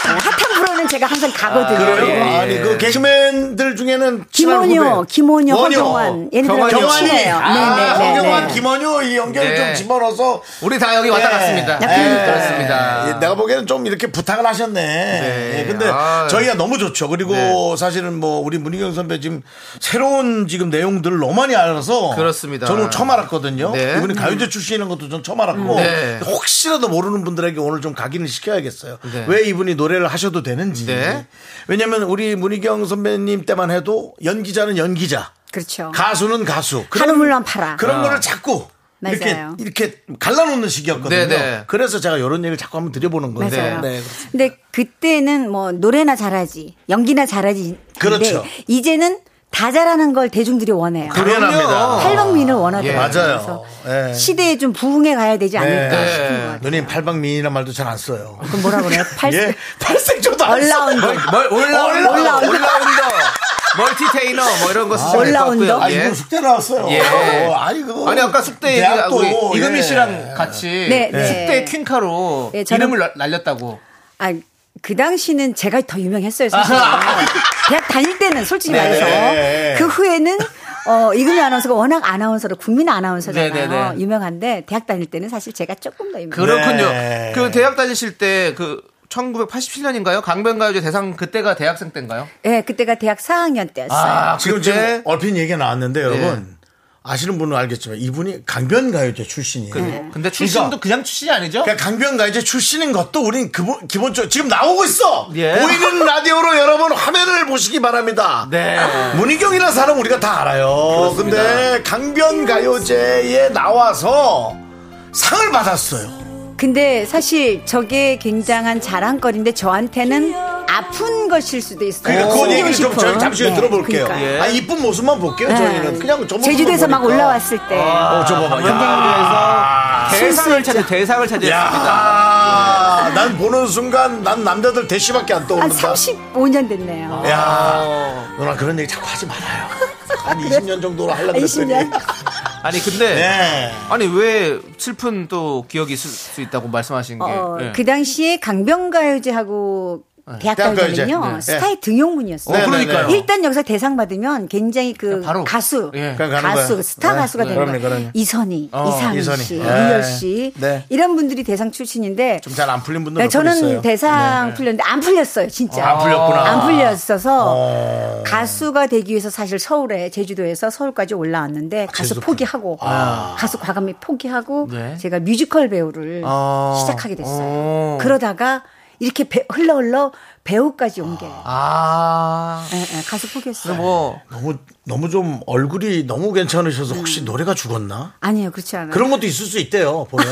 아, 핫한 프로는 제가 항상 가거든요. 네.
그래요?
예, 예.
아니 그 개그맨들 중에는 친한
김원효,
후배.
김원효,
원효.
허경환 얘네들이랑
경환이.
친해요.
아,
네, 네, 네,
허경환,
네.
김원효 이 연결을
네.
좀 집어넣어서
우리 다 여기 왔다 갔습니다.
야, 그러니까.
예,
그렇습니다.
예, 내가 보기에는 좀 이렇게 부탁을 하셨네.
네.
예, 근데
아유.
저희가 너무 좋죠. 그리고
네.
사실은 뭐 우리 문희경 선배 지금 새로운 지금 내용들을 너무 많이 알아서
그렇습니다.
저는 처음 알았거든요.
네.
이분이 가요제 출신인 것도 전 처음 알았고
네.
혹시라도 모르는 분들에게 오늘 좀 각인을 시켜야겠어요.
네.
왜 이분이 노래를 하셔도 되는지.
네.
왜냐면 우리 문희경 선배님 때만 해도 연기자는 연기자.
그렇죠.
가수는 가수.
한우 물론 팔아.
그런 거를 자꾸
맞아요.
이렇게 이렇게 갈라놓는 식이었거든요.
네네.
그래서 제가 이런 얘기를 자꾸 한번 드려보는 건데.
맞아요.
네.
근데 그때는 뭐 노래나 잘하지, 연기나 잘하지.
그렇죠.
이제는 다 잘하는 걸 대중들이 원해요.
당연합니다. 예,
팔방민을 원하더라고요.
맞아요.
그래서
예.
시대에 좀 부흥해 가야 되지 않을까
네.
싶은 것 같아요.
누님 팔방미인이란 말도 잘 안 써요.
그럼 뭐라 그래요? 팔
예, 팔색조도 안 써요.
얼라운드.
뭘 뭐, 올라운더,
올라운더.
올라운더, 멀티테이너 뭐 이런 거 쓰시면 될것
올라운더.
같고요.
아,
예.
이거 숙제 나왔어요.
예.
어, 아니, 그거.
아니 아까 숙대 얘기하고
대학도,
우리 이금희
예.
씨랑 같이 네,
네, 네.
숙대 퀸카로
예, 저는-
이름을 나- 날렸다고.
아, 그 당시는 제가 더 유명했어요, 사실. 대학 다닐 때는 솔직히 말해서.
네, 네네.
그 후에는 어, 이금희 아나운서가 워낙 아나운서로 국민 아나운서잖아요.
네네네.
유명한데 대학 다닐 때는 사실 제가 조금 더 유명.
그렇군요.
네.
그 대학 다니실 때 그 1987년인가요? 강변가요제 대상 그때가 대학생 때인가요?
예, 그때가 대학 4학년 때였어요.
아,
지금
그때-
지금 얼핏 얘기가 나왔는데 여러분.
예.
아시는 분은 알겠지만 이분이 강변가요제 출신이에요.
그, 근데 출신도 네. 그러니까 그냥 출신이 아니죠?
그러니까 강변가요제 출신인 것도 우린 기본, 기본적으로 지금 나오고 있어.
예.
보이는 라디오로 여러분 화면을 보시기 바랍니다.
네.
문희경이라는 사람 우리가 다 알아요.
그렇습니다.
근데 강변 가요제에 나와서 상을 받았어요.
근데 사실 저게 굉장한 자랑거리인데 저한테는 아픈 것일 수도 있어요.
그러니까 그건
숨기고
얘기를 좀
싶은.
저희 잠시 후에
네,
들어볼게요.
그러니까.
아, 이쁜 모습만 볼게요, 저희는.
네.
그냥 저만
제주도에서 막
보니까.
올라왔을 때
어, 저 봐봐.
아.
야.
대상을 차지 대상을 차지했습니다.
야, 난 보는 순간 난 남자들 대시밖에 안
한
떠오른다.
35년 됐네요.
야, 누나 그런 얘기 자꾸 하지 말아요. 한 20년 정도로 하려고 했더니.
아, 20년?
아니 근데
네.
아니 왜 슬픈 또 기억이 있을 수 있다고 말씀하신
아,
게
어,
예.
그 당시에 강변가요제하고 대학가요제는요
네. 대학가요제. 네.
스타의 등용문이었어요. 네,
어, 그러니까요.
일단 여기서 대상 받으면 굉장히 그
바로.
가수,
예.
그냥 가는
가수,
거야.
스타
네.
가수가
네.
되는
그럼요,
거예요.
그럼요.
이선희, 이상희
이선희.
씨,
네.
이열 씨
네.
이런 분들이 대상 출신인데
좀 잘 안 풀린 분들
네,
몇
저는
있어요.
대상 풀렸는데 안 풀렸어요, 진짜.
안 풀렸구나.
안 풀렸어서 가수가 되기 위해서 사실 서울에 제주도에서 서울까지 올라왔는데 가수 포기하고 가수 과감히 포기하고
네.
제가 뮤지컬 배우를
아.
시작하게 됐어요.
오.
그러다가 이렇게 배- 흘러 흘러 배우까지 온 게
아.
예, 예, 가수 포기했어요.
뭐
너무 너무 좀 얼굴이 너무 괜찮으셔서 혹시
음.
노래가 죽었나?
아니에요, 그렇지 않아요.
그런 것도 있을 수 있대요. 보면.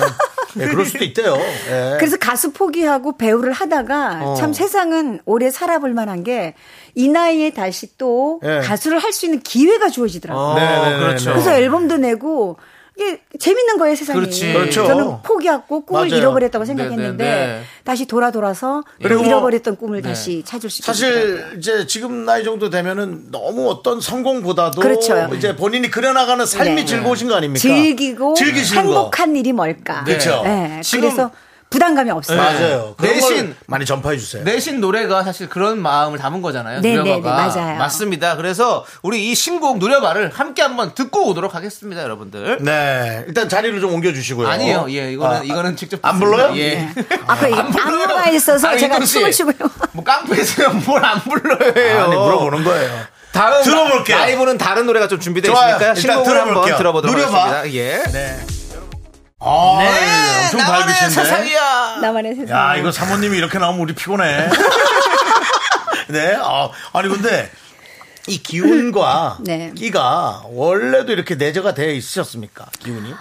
예, 그럴 수도 있대요. 예.
그래서 가수 포기하고 배우를 하다가 참 세상은 오래 살아볼 만한 게 이 나이에 다시 또
예.
가수를 할 수 있는 기회가 주어지더라고요.
어,
네, 네, 네,
그렇죠.
네.
그래서 앨범도 내고 이게 재밌는 거예요 세상이.
그렇지. 그렇죠.
저는 포기하고 꿈을
맞아요.
잃어버렸다고
네, 네,
생각했는데
네.
다시 돌아 돌아서
그리고 뭐-
잃어버렸던 꿈을 다시 찾을 수 있어요.
사실 이제 지금 나이 정도 되면은 너무 어떤 성공보다도
그렇죠.
이제 본인이 그려나가는 삶이
네.
즐거우신 거 아닙니까?
즐기고
즐기시는
행복한 일이 뭘까.
그렇죠.
네,
지금-
그래서 부담감이 없어요.
거. 네. 맞아요. 그런
내신.
걸 많이 전파해 주세요.
내신 노래가 사실 그런 마음을 담은 거잖아요.
네,
노려바가.
네, 네, 맞아요.
맞습니다. 그래서 우리 이 신곡 노려바를 함께 한번 듣고 오도록 하겠습니다, 여러분들.
네. 일단 자리를 좀 옮겨 주시고요.
아니요, 예, 이거는 이거는 직접
안
듣습니다.
불러요?
예.
네. 아까 이게
안 불러요.
안무가 있어서
아니,
제가
이동 씨.
춤을 추고요.
뭐 깡패에서 뭘안 불러요?
아니 네, 물어보는 거예요.
다음
들어볼게요.
라이브는 다른 노래가 좀 준비되어
좋아요.
있으니까
일단
신곡을 한번
들어볼게요.
들어보도록
누려봐.
하겠습니다. 예.
네. 아,
네,
엄청
나만의
밝으신데.
세상이야.
나만의 세상.
야, 이거 사모님이 이렇게 나오면 우리 피곤해. 네. 아, 아니 근데 이 기운과
네.
끼가 원래도 이렇게 내재가 돼 있으셨습니까? 기운이?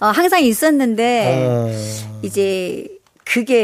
어, 항상
어.
있었는데 이제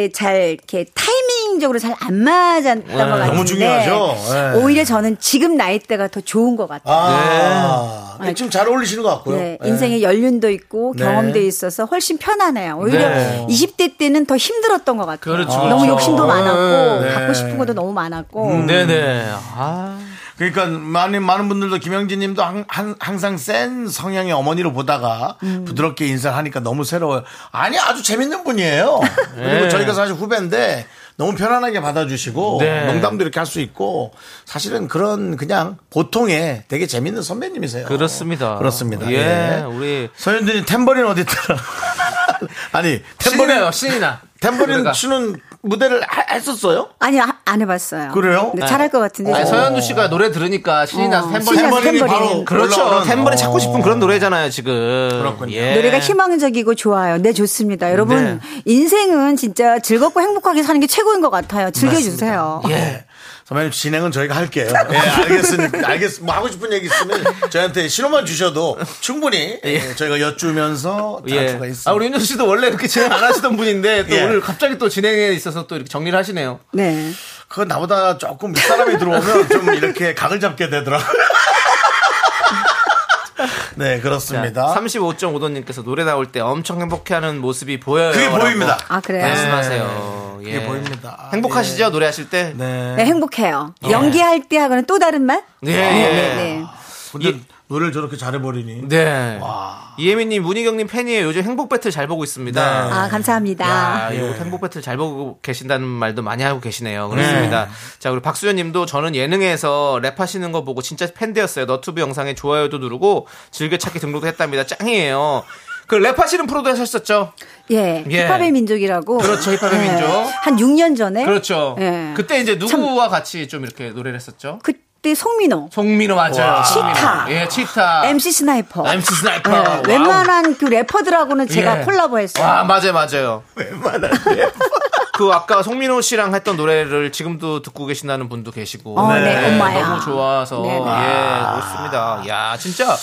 그게 잘 이렇게 타이밍적으로 잘 안 맞았던 것 같은데
너무 중요하죠. 예.
오히려 저는 지금 나이대가 더 좋은 것 같아요.
아, 네. 지금 잘 어울리시는 것 같고요.
네, 인생에 연륜도 있고
네.
경험도 있어서 훨씬 편안해요. 오히려
네.
20대 때는 더 힘들었던 것 같아요.
그렇죠,
너무
그렇죠.
욕심도 많았고
네.
갖고 싶은 것도 너무 많았고
네네. 아.
그러니까 많은 많은 분들도 김영진님도 항- 항- 항상 센 성향의 어머니로 보다가
음.
부드럽게 인사를 하니까 너무 새로워요. 아니 아주 재밌는 분이에요.
네.
그리고 저희가 사실 후배인데 너무 편안하게 받아주시고
네.
농담도 이렇게 할 수 있고 사실은 그런 그냥 보통의 되게 재밌는 선배님이세요.
그렇습니다.
그렇습니다.
예,
예.
우리
서현진이 탬버린 어디 있더라? 아니 탬버린
신이나요, 신이나.
탬버린
노래가.
추는 무대를 하- 했었어요?
아니 아- 안 해봤어요.
그래요?
근데 잘할 것 같은데.
아니,
저는.
서현주 씨가 노래 들으니까 신이 나서 탬버린.
신이 나서
탬버린이
탬버린.
바로 그렇죠.
올라오는-
탬버린 찾고
어.
싶은 그런 노래잖아요, 지금.
그렇군요.
예.
노래가 희망적이고 좋아요. 네, 좋습니다. 여러분,
네.
인생은 진짜 즐겁고 행복하게 사는 게 최고인 것 같아요. 즐겨주세요.
예. 선배님 진행은 저희가 할게요. 예, 알겠습니다. 알겠, 뭐 하고 싶은 얘기 있으면 저희한테 신호만 주셔도 충분히 예, 저희가 여쭈면서 잘 수가
예.
있습니다.
아, 우리 윤정 씨도 원래 이렇게 진행 안 하시던 분인데 또
예.
오늘 갑자기 또 진행에 있어서 또 이렇게 정리를 하시네요.
네.
그건 나보다 조금 윗사람이 들어오면 좀 이렇게 각을 잡게 되더라고요. 네, 그렇습니다.
35.5도님께서 노래 나올 때 엄청 행복해하는 모습이 보여요.
그게
라고 네.
보입니다.
아, 그래요?
말씀하세요. 예.
그게 보입니다. 예.
행복하시죠 노래하실 때.
네.
네, 행복해요. 연기할 때 하고는 또 다른 맛?
어. 예,
아,
예.
네.
근데
이-
노래를 저렇게 잘해버리니.
네. 이혜민님, 문희경님 팬이에요. 요즘 행복 배틀 잘 보고
네.
있습니다.
아, 감사합니다.
예. 야, 예. 요 행복 배틀 잘 보고 계신다는 말도 많이 하고 계시네요. 그렇습니다. 자, 그리고 박수현 님도 저는 예능에서 랩하시는 거 보고 진짜 팬 되었어요. 너튜브 영상에 좋아요도 누르고 즐겨찾기 등록도 했답니다. 짱이에요. 그 랩하시는 프로도 하셨었죠?
예.
예.
힙합의 민족이라고. 예.
그렇죠, 힙합의 민족.
한 6년 전에.
그렇죠.
예.
그때 이제 누구와 같이 좀 이렇게 노래를 했었죠?
그때 송민호,
송민호 맞아요. 송민호.
치타.
예, 치타. 네.
MC 스나이퍼.
MC 스나이퍼.
예,
와우.
웬만한 그 래퍼들하고는 제가
예.
콜라보했어요.
와, 맞아요, 맞아요.
웬만한데.
그 아까 송민호 씨랑 했던 노래를 지금도 듣고 계신다는 분도 계시고
어, 네, 엄마야.
너무 좋아서
네, 네.
예 좋습니다. 야 진짜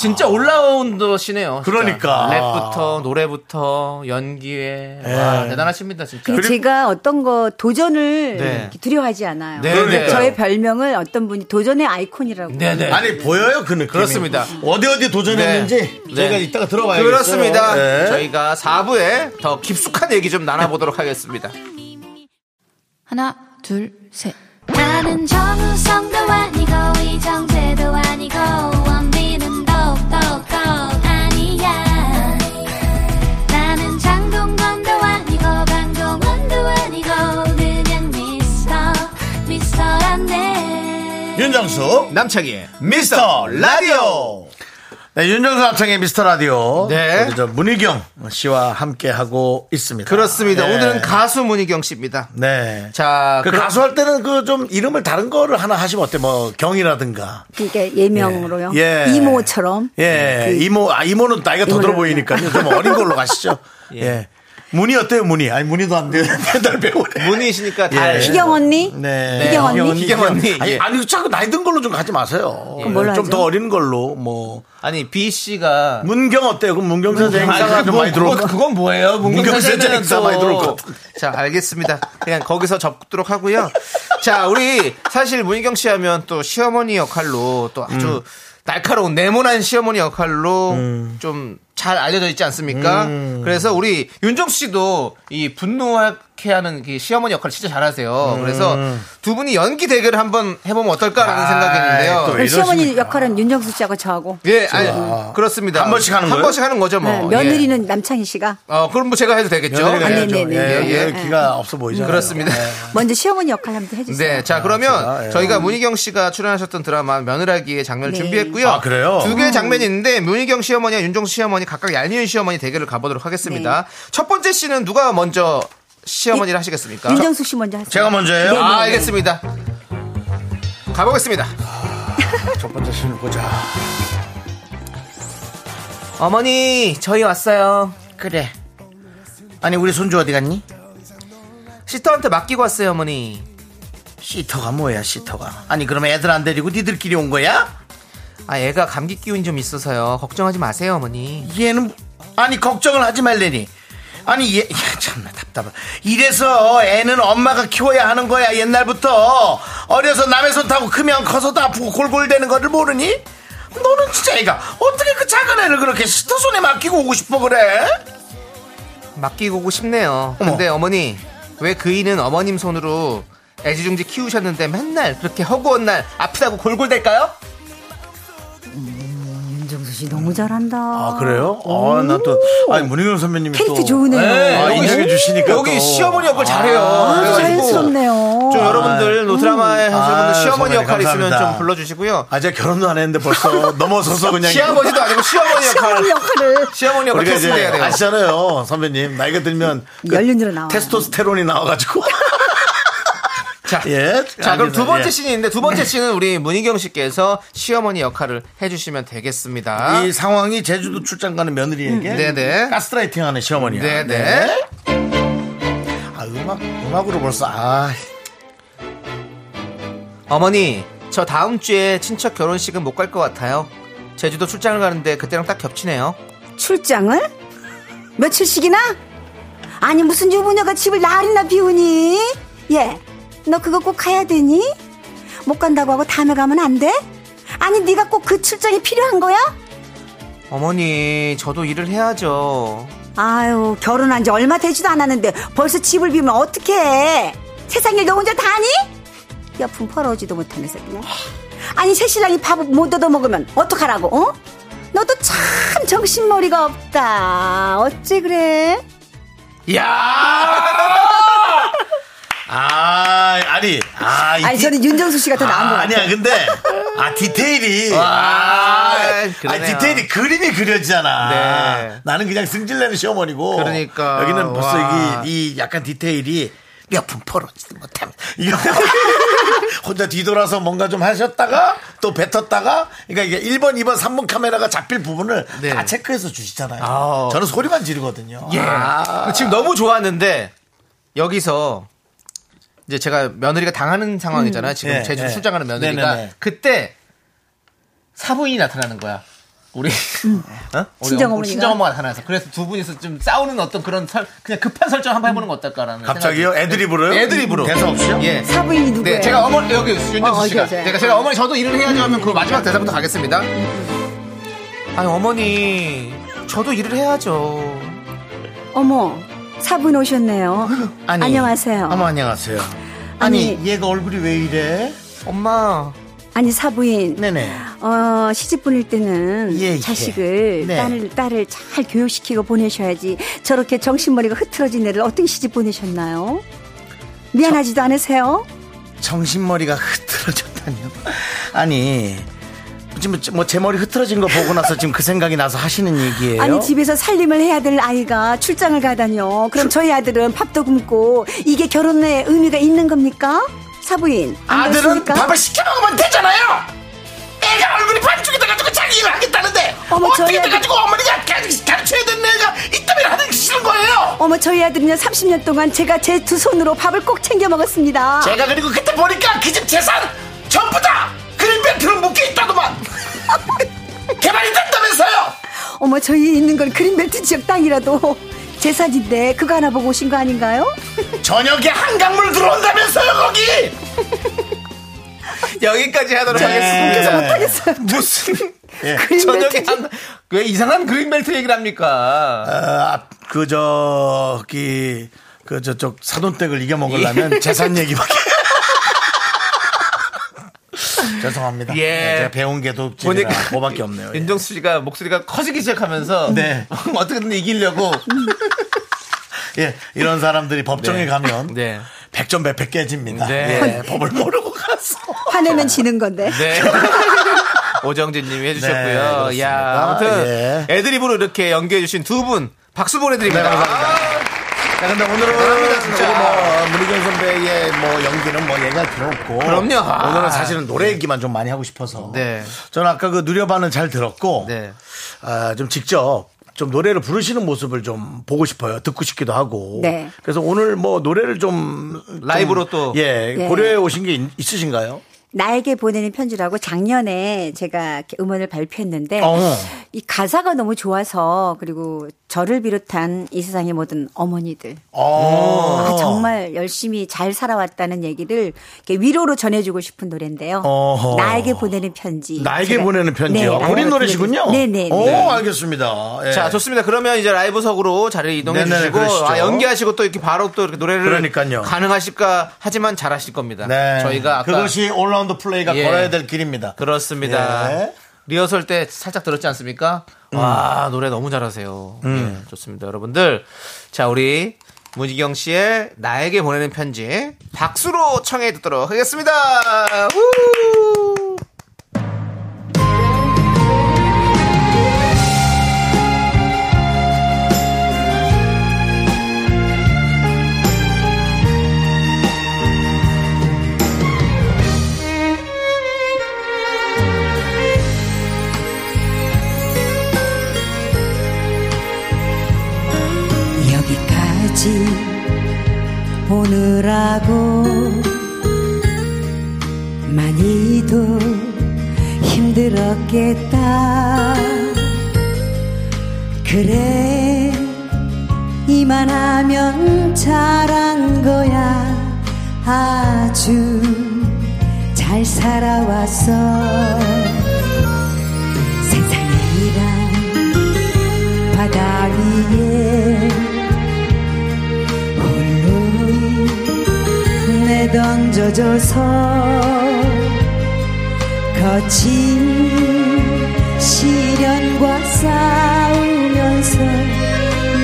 진짜 올라운더시네요. 진짜.
그러니까.
랩부터 노래부터 연기에 와, 대단하십니다 진짜.
그리고 제가 어떤 거 도전을
네.
이렇게 두려워하지 않아요.
네, 그러니까요.
저의 별명을 어떤 분이 도전의 아이콘이라고.
네네.
아니 보여요 그 느낌.
그렇습니다.
어디 어디 도전했는지
네.
저희가
네.
이따가 들어봐야겠어요.
그렇습니다.
네.
저희가 4부에 더 깊숙한 얘기 좀 나눠보도록 하겠습니다.
하나, 둘, 셋. 나는 정우성도 아니고, 이정재도 아니고, 원빈은 더욱더 아니야. 나는 장동건도 아니고, 강동원도 아니고, 그냥 미스터, 미스터란데.
윤정수
남창희의
미스터 라디오. 네, 윤정수 합창의 미스터 라디오.
네.
우리 저 문희경 씨와 함께 하고 있습니다.
그렇습니다.
네.
오늘은 가수 문희경 씨입니다.
네.
예. 자,
그
그럼-
가수 할 때는 그 좀 이름을 다른 거를 하나 하시면 어때? 뭐 경이라든가.
이게 예명으로요.
예.
이모처럼.
예.
그-
이모 아 이모는 나이가 더 들어
이모는- 네.
보이니까요. 좀 어린 걸로 가시죠. 예. 문희 어때요, 문희? 아니 문희도 안 돼요. 배달 배우래.
문희시니까 다
예.
희경 언니?
네.
희경 언니?
희경 언니,
아니,
예.
아니, 자꾸 나이 든 걸로 좀 가지 마세요.
뭘로
좀
하죠?
더 어린 걸로, 뭐.
아니 B 씨가
문경 어때요? 그럼 문경 선생 행사가
아니,
좀
그건-
많이 들어올 것
그건,
같아요.
그건 뭐예요?
문경 선생
문경세제는
행사 많이 들어올 것 같아요.
자, 알겠습니다. 그냥 거기서 접도록 하고요. 자, 우리 사실 문희경 씨 하면 또 시어머니 역할로 또 아주
음.
날카로운 네모난 시어머니 역할로 좀 잘 알려져 있지 않습니까?
음.
그래서 우리 윤정수 씨도 이 분노하게 하는 그 시어머니 역할을 진짜 잘하세요.
음.
그래서 두 분이 연기 대결을 한번 해보면 어떨까라는
아이,
생각이는데요.
또
그럼 시어머니 역할은 윤정수 씨하고 저하고.
예, 아니, 그렇습니다.
한 번씩 하는
한
거예요?
번씩 하는 거죠, 뭐.
네,
예.
며느리는 남창희 씨가
어, 그럼 뭐 제가 해도 되겠죠?
며느리가
아, 네,
해야죠.
네, 네,
예,
네.
예,
네.
기가 없어 보이죠.
그렇습니다.
네,
먼저 시어머니 역할 한번 해주세요.
네, 자 그러면
제가, 예.
저희가 문희경 씨가 출연하셨던 드라마 며느라기의 장면을
네.
준비했고요.
아, 그래요?
두 개의 장면이 있는데 문희경 시어머니와 윤종수 시어머니 각각 얄미운 시어머니 대결을 가보도록 하겠습니다. 첫 번째 씨는 누가 먼저 시어머니를 하시겠습니까?
윤정수 씨 먼저 하세요.
제가 먼저
네,
해요?
네.
아, 알겠습니다. 가보겠습니다.
아, 첫 번째 신을 보자.
어머니, 저희 왔어요.
그래. 아니, 우리 손주 어디 갔니?
시터한테 맡기고 왔어요, 어머니.
시터가 뭐야, 시터가. 아니, 그럼 애들 안 데리고 니들끼리 온 거야?
아, 애가 감기 기운이 좀 있어서요. 걱정하지 마세요, 어머니.
얘는, 아니, 걱정을 하지 말래니. 아니, 얘, 야, 참나 답답하. 이래서 애는 엄마가 키워야 하는 거야, 옛날부터. 어려서 남의 손 타고 크면 커서도 아프고 골골대는 거를 모르니? 너는 진짜 애가 어떻게 그 작은 애를 그렇게 시터 손에 맡기고 오고 싶어 그래?
맡기고 오고 싶네요.
어머.
근데 어머니, 왜 그이는 어머님 손으로 애지중지 키우셨는데 맨날 그렇게 허구한 날 아프다고 골골댈까요?
윤정수 씨 너무 잘한다.
아 그래요? 아 나 또 아니 문희경 선배님이
캐릭터
또-
좋으네요.
네, 아,
여기
인정해 주시니까
음. 여기
또.
시어머니 역할 잘해요.
아, 주
그래가지고
자연스럽네요.
좀 여러분들 노드라마에 하시는 분들
아유,
시어머니
선배님,
역할 있으면
감사합니다.
좀 불러주시고요.
아 제가 결혼도 안 했는데 벌써 넘어서서 그냥
시아버지도 아니고 시어머니
시어머니
역할.
역할을
시어머니 역할
우리가
캐스팅
이제
해야 돼요.
아시잖아요 선배님 나이가 들면 그
연륜으로 나와요.
테스토스테론이 나와가지고
자,
예.
자 그럼 두
알겠습니다.
번째
예.
씬이 있는데 두 번째 씬은 우리 문희경 씨께서 시어머니 역할을 해주시면 되겠습니다.
예. 이 상황이 제주도 출장 가는 며느리에게
음, 네네.
가스라이팅하는 시어머니야
네네.
아 음악 음악으로 벌써 아
어머니, 저 다음 주에 친척 결혼식은 못 갈 것 같아요. 제주도 출장을 가는데 그때랑 딱 겹치네요.
출장을 며칠씩이나? 아니 무슨 유부녀가 집을 날이나 비우니? 예, 너 그거 꼭 가야 되니? 못 간다고 하고 다음에 가면 안 돼? 아니 네가 꼭 그 출장이 필요한 거야?
어머니, 저도 일을 해야죠.
아유 결혼한 지 얼마 되지도 않았는데 벌써 집을 비우면 어떡해 세상 일 너 혼자 다니? 여품 퍼러지도 못하면서 그냥 아니 새신랑이 밥 못 얻어먹으면 어떡하라고 어? 너도 참 정신머리가 없다 어찌 그래?
야! 아, 아니, 아, 이
아니
디-
저는 윤정수 씨가 더 나은 것
아,
같아요
아니야, 근데, 아, 디테일이. 아, 아니,
그러네요.
디테일이 그림이 그려지잖아.
네.
나는 그냥 승질내는 시어머니고.
그러니까.
여기는 벌써
와.
이, 이 약간 디테일이 몇 푼 벌어지도 못하면. 이거 혼자 뒤돌아서 뭔가 좀 하셨다가 또 뱉었다가 그러니까 이게 1번, 2번, 3번 카메라가 잡힐 부분을
네.
다 체크해서 주시잖아요. 아.
아.
저는 소리만 지르거든요.
예. 지금 너무 좋았는데 여기서 이제 제가 며느리가 당하는 상황이잖아요.
음.
지금
예,
제주
예.
출장하는 며느리가
네네네.
그때 사부인이 나타나는 거야. 우리 어? 우리
친정
어머-
어머니가?
친정 엄마가 나타나서 그래서 두 분이서 좀 싸우는 어떤 그런 설, 그냥 급한 설정 한번 해보는 거 어떨까라는
갑자기요?
생각이-
애드립으로요?
애드립으로
대사 없이요?
예.
사부인이 누구예요?
네, 제가 어머니 여기
어,
윤정수
어디
씨가
계세요?
제가 제가 어머니 저도 일을 해야죠 하면 그 마지막 대사부터 가겠습니다. 아니 어머니 저도 일을 해야죠.
어머, 사분 오셨네요.
아니.
안녕하세요.
어머, 안녕하세요.
음. 아니,
얘가 얼굴이 왜 이래?
엄마
아니 사부인.
네네.
어, 시집 보낼 때는
예, 예.
자식을
네.
딸을 딸을 잘 교육시키고 보내셔야지 저렇게 정신머리가 흐트러진 애를 어떻게 시집 보내셨나요? 미안하지도 않으세요?
정신머리가 흐트러졌다니요. 아니, 지금 뭐 제 머리 흐트러진 거 보고 나서 지금 그 생각이 나서 하시는 얘기예요?
아니 집에서 살림을 해야 될 아이가 출장을 가다뇨. 그럼 저희 아들은 밥도 굶고 이게 결혼의 의미가 있는 겁니까? 사부인 안
아들은
그렇습니까?
밥을 시켜 먹으면 되잖아요. 애가 얼굴이 반쪽이 돼가지고 자기 일을 하겠다는데
어머,
어떻게
저희 아들-
돼가지고 어머니가 가- 가르쳐야 되는 애가 이따위로 하는 게 싫은 거예요.
어머 저희 아들은요 30년 동안 제가 제 두 손으로 밥을 꼭 챙겨 먹었습니다.
제가 그리고 그때 보니까 그 집 재산 전부 다 그린벨트로 묶여 있다더만. 개발이 됐다면서요.
어머 저희 있는 건 그린벨트 지역 땅이라도 재산인데 그거 하나 보고 오신 거 아닌가요?
저녁에 한강물 들어온다면서요 거기.
여기까지
네.
하도록
웃겨서
하겠습니다.
못하겠어요.
무슨
그린벨트.
저녁에 한, 왜 이상한 그린벨트 얘기를 합니까?
그 저기 그 저쪽 사돈댁을 이겨 먹으려면 재산 얘기밖에. 죄송합니다.
예.
네, 제가 배운 게 돕지라 뭐밖에 없네요. 예.
윤정수 씨가 목소리가 커지기 시작하면서
네.
어떻게든 이기려고
예, 이런 사람들이 법정에
네.
가면
네.
백전백패 깨집니다.
네.
예, 법을 모르고 가서.
화내면 지는 건데.
네. 오정진님이
네,
해주셨고요.
그렇습니다.
야 아무튼
예.
애드립으로 이렇게 연기해주신 두 분 박수 보내드립니다. 아,
네, 감사합니다. 자, 근데 오늘은
대단합니다, 진짜.
우리 뭐 문희경 선배의 뭐 연기는 뭐 얘기할 필요 없고.
그럼요. 아.
오늘은 사실은 노래 얘기만 좀 많이 하고 싶어서.
네.
저는 아까 그 누려반은 잘 들었고.
네.
아, 좀 직접 좀 노래를 부르시는 모습을 좀 보고 싶어요. 듣고 싶기도 하고.
네.
그래서 오늘 뭐 노래를 좀
라이브로 또.
좀, 예,
예.
고려해 오신 게 있- 있으신가요?
나에게 보내는 편지라고 작년에 제가 이렇게 음원을 발표했는데
어.
이 가사가 너무 좋아서 그리고 저를 비롯한 이 세상의 모든 어머니들
어.
아, 정말 열심히 잘 살아왔다는 얘기를 이렇게 위로로 전해주고 싶은 노래인데요.
어허.
나에게 보내는 편지.
나에게
제가- 네,
보내는 편지요.
라이브로
본인 노래시군요. 어.
들려드릴- 네네.
오,
네.
알겠습니다. 예.
자 좋습니다. 그러면 이제 라이브석으로 자리를 이동해
네네,
주시고
그러시죠.
아, 연기하시고 또 이렇게 바로 또 이렇게 노래를
그러니까요.
가능하실까 하지만 잘하실 겁니다.
네.
저희가 아까
그것이 올라운드 플레이가
예.
걸어야 될 길입니다.
그렇습니다.
예.
리허설 때 살짝 들었지 않습니까?
음.
와 노래 너무 잘하세요. 예, 좋습니다, 여러분들. 자 우리 문희경 씨의 나에게 보내는 편지 박수로 청해 듣도록 하겠습니다. 우!
여기까지 보느라고 많이도 힘들었겠다. 그래, 이만하면 잘한 거야. 아주 잘 살아왔어. 세상이란 바다 위에 홀로 내던져져서 거친 시련과 싸우면서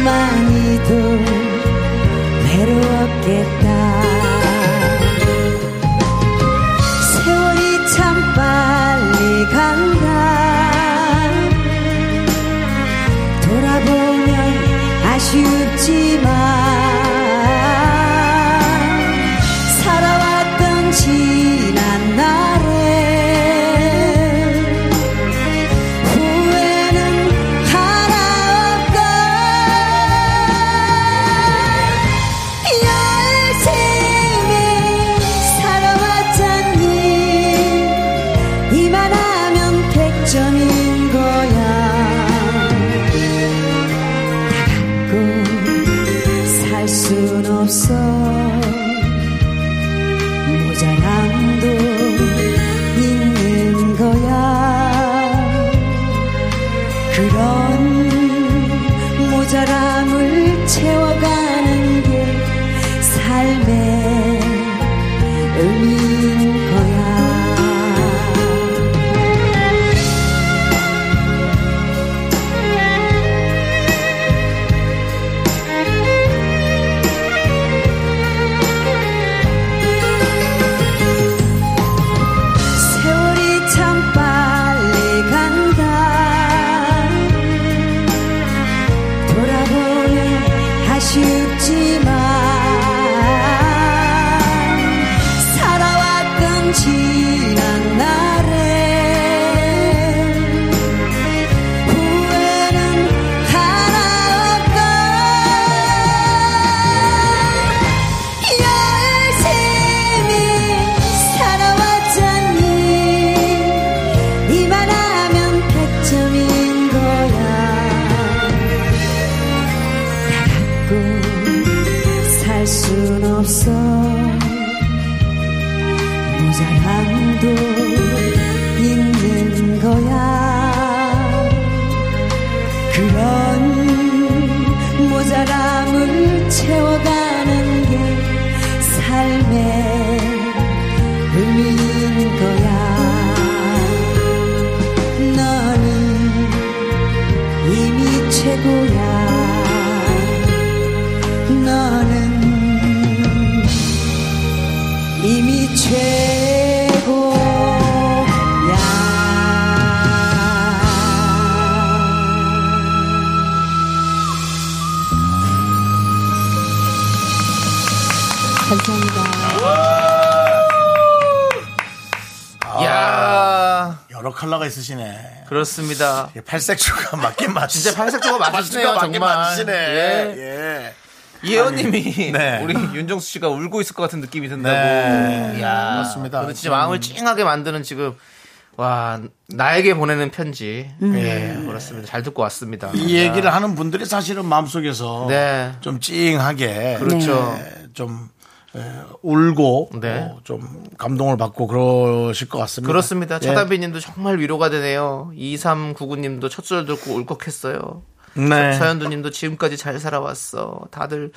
많이도 외로웠겠다 세월이 참 빨리 간다 돌아보면 아쉽지만 살아왔던 지난 날에
사랑도 있는 거야 그런 모자람을 채워가는 게 삶의 의미인 거야 너는 이미 최고야 너는 이미 최고야
아.
야
여러 컬러가 있으시네.
그렇습니다.
팔색조가 맞긴 맞.
진짜 팔색조가 맞으시네요,
팔색조가 맞긴
정말.
맞으시네.
예.
예.
이혜원님이
네.
우리 윤정수 씨가 울고 있을 것 같은 느낌이 든다고.
네.
뭐. 야,
맞습니다.
근데 진짜
음.
마음을 찡하게 만드는 지금 와 나에게 보내는 편지.
음.
예, 그렇습니다. 잘 듣고 왔습니다.
이 얘기를 하는 분들이 사실은 마음속에서
네.
좀 찡하게
그렇죠.
예, 좀 예, 울고
네.
어, 좀 감동을 받고 그러실 것 같습니다.
그렇습니다.
예.
차다비님도 정말 위로가 되네요. 2399님도 첫 소절 듣고 울컥했어요.
네.
서- 서현두님도 지금까지 잘 살아왔어. 다들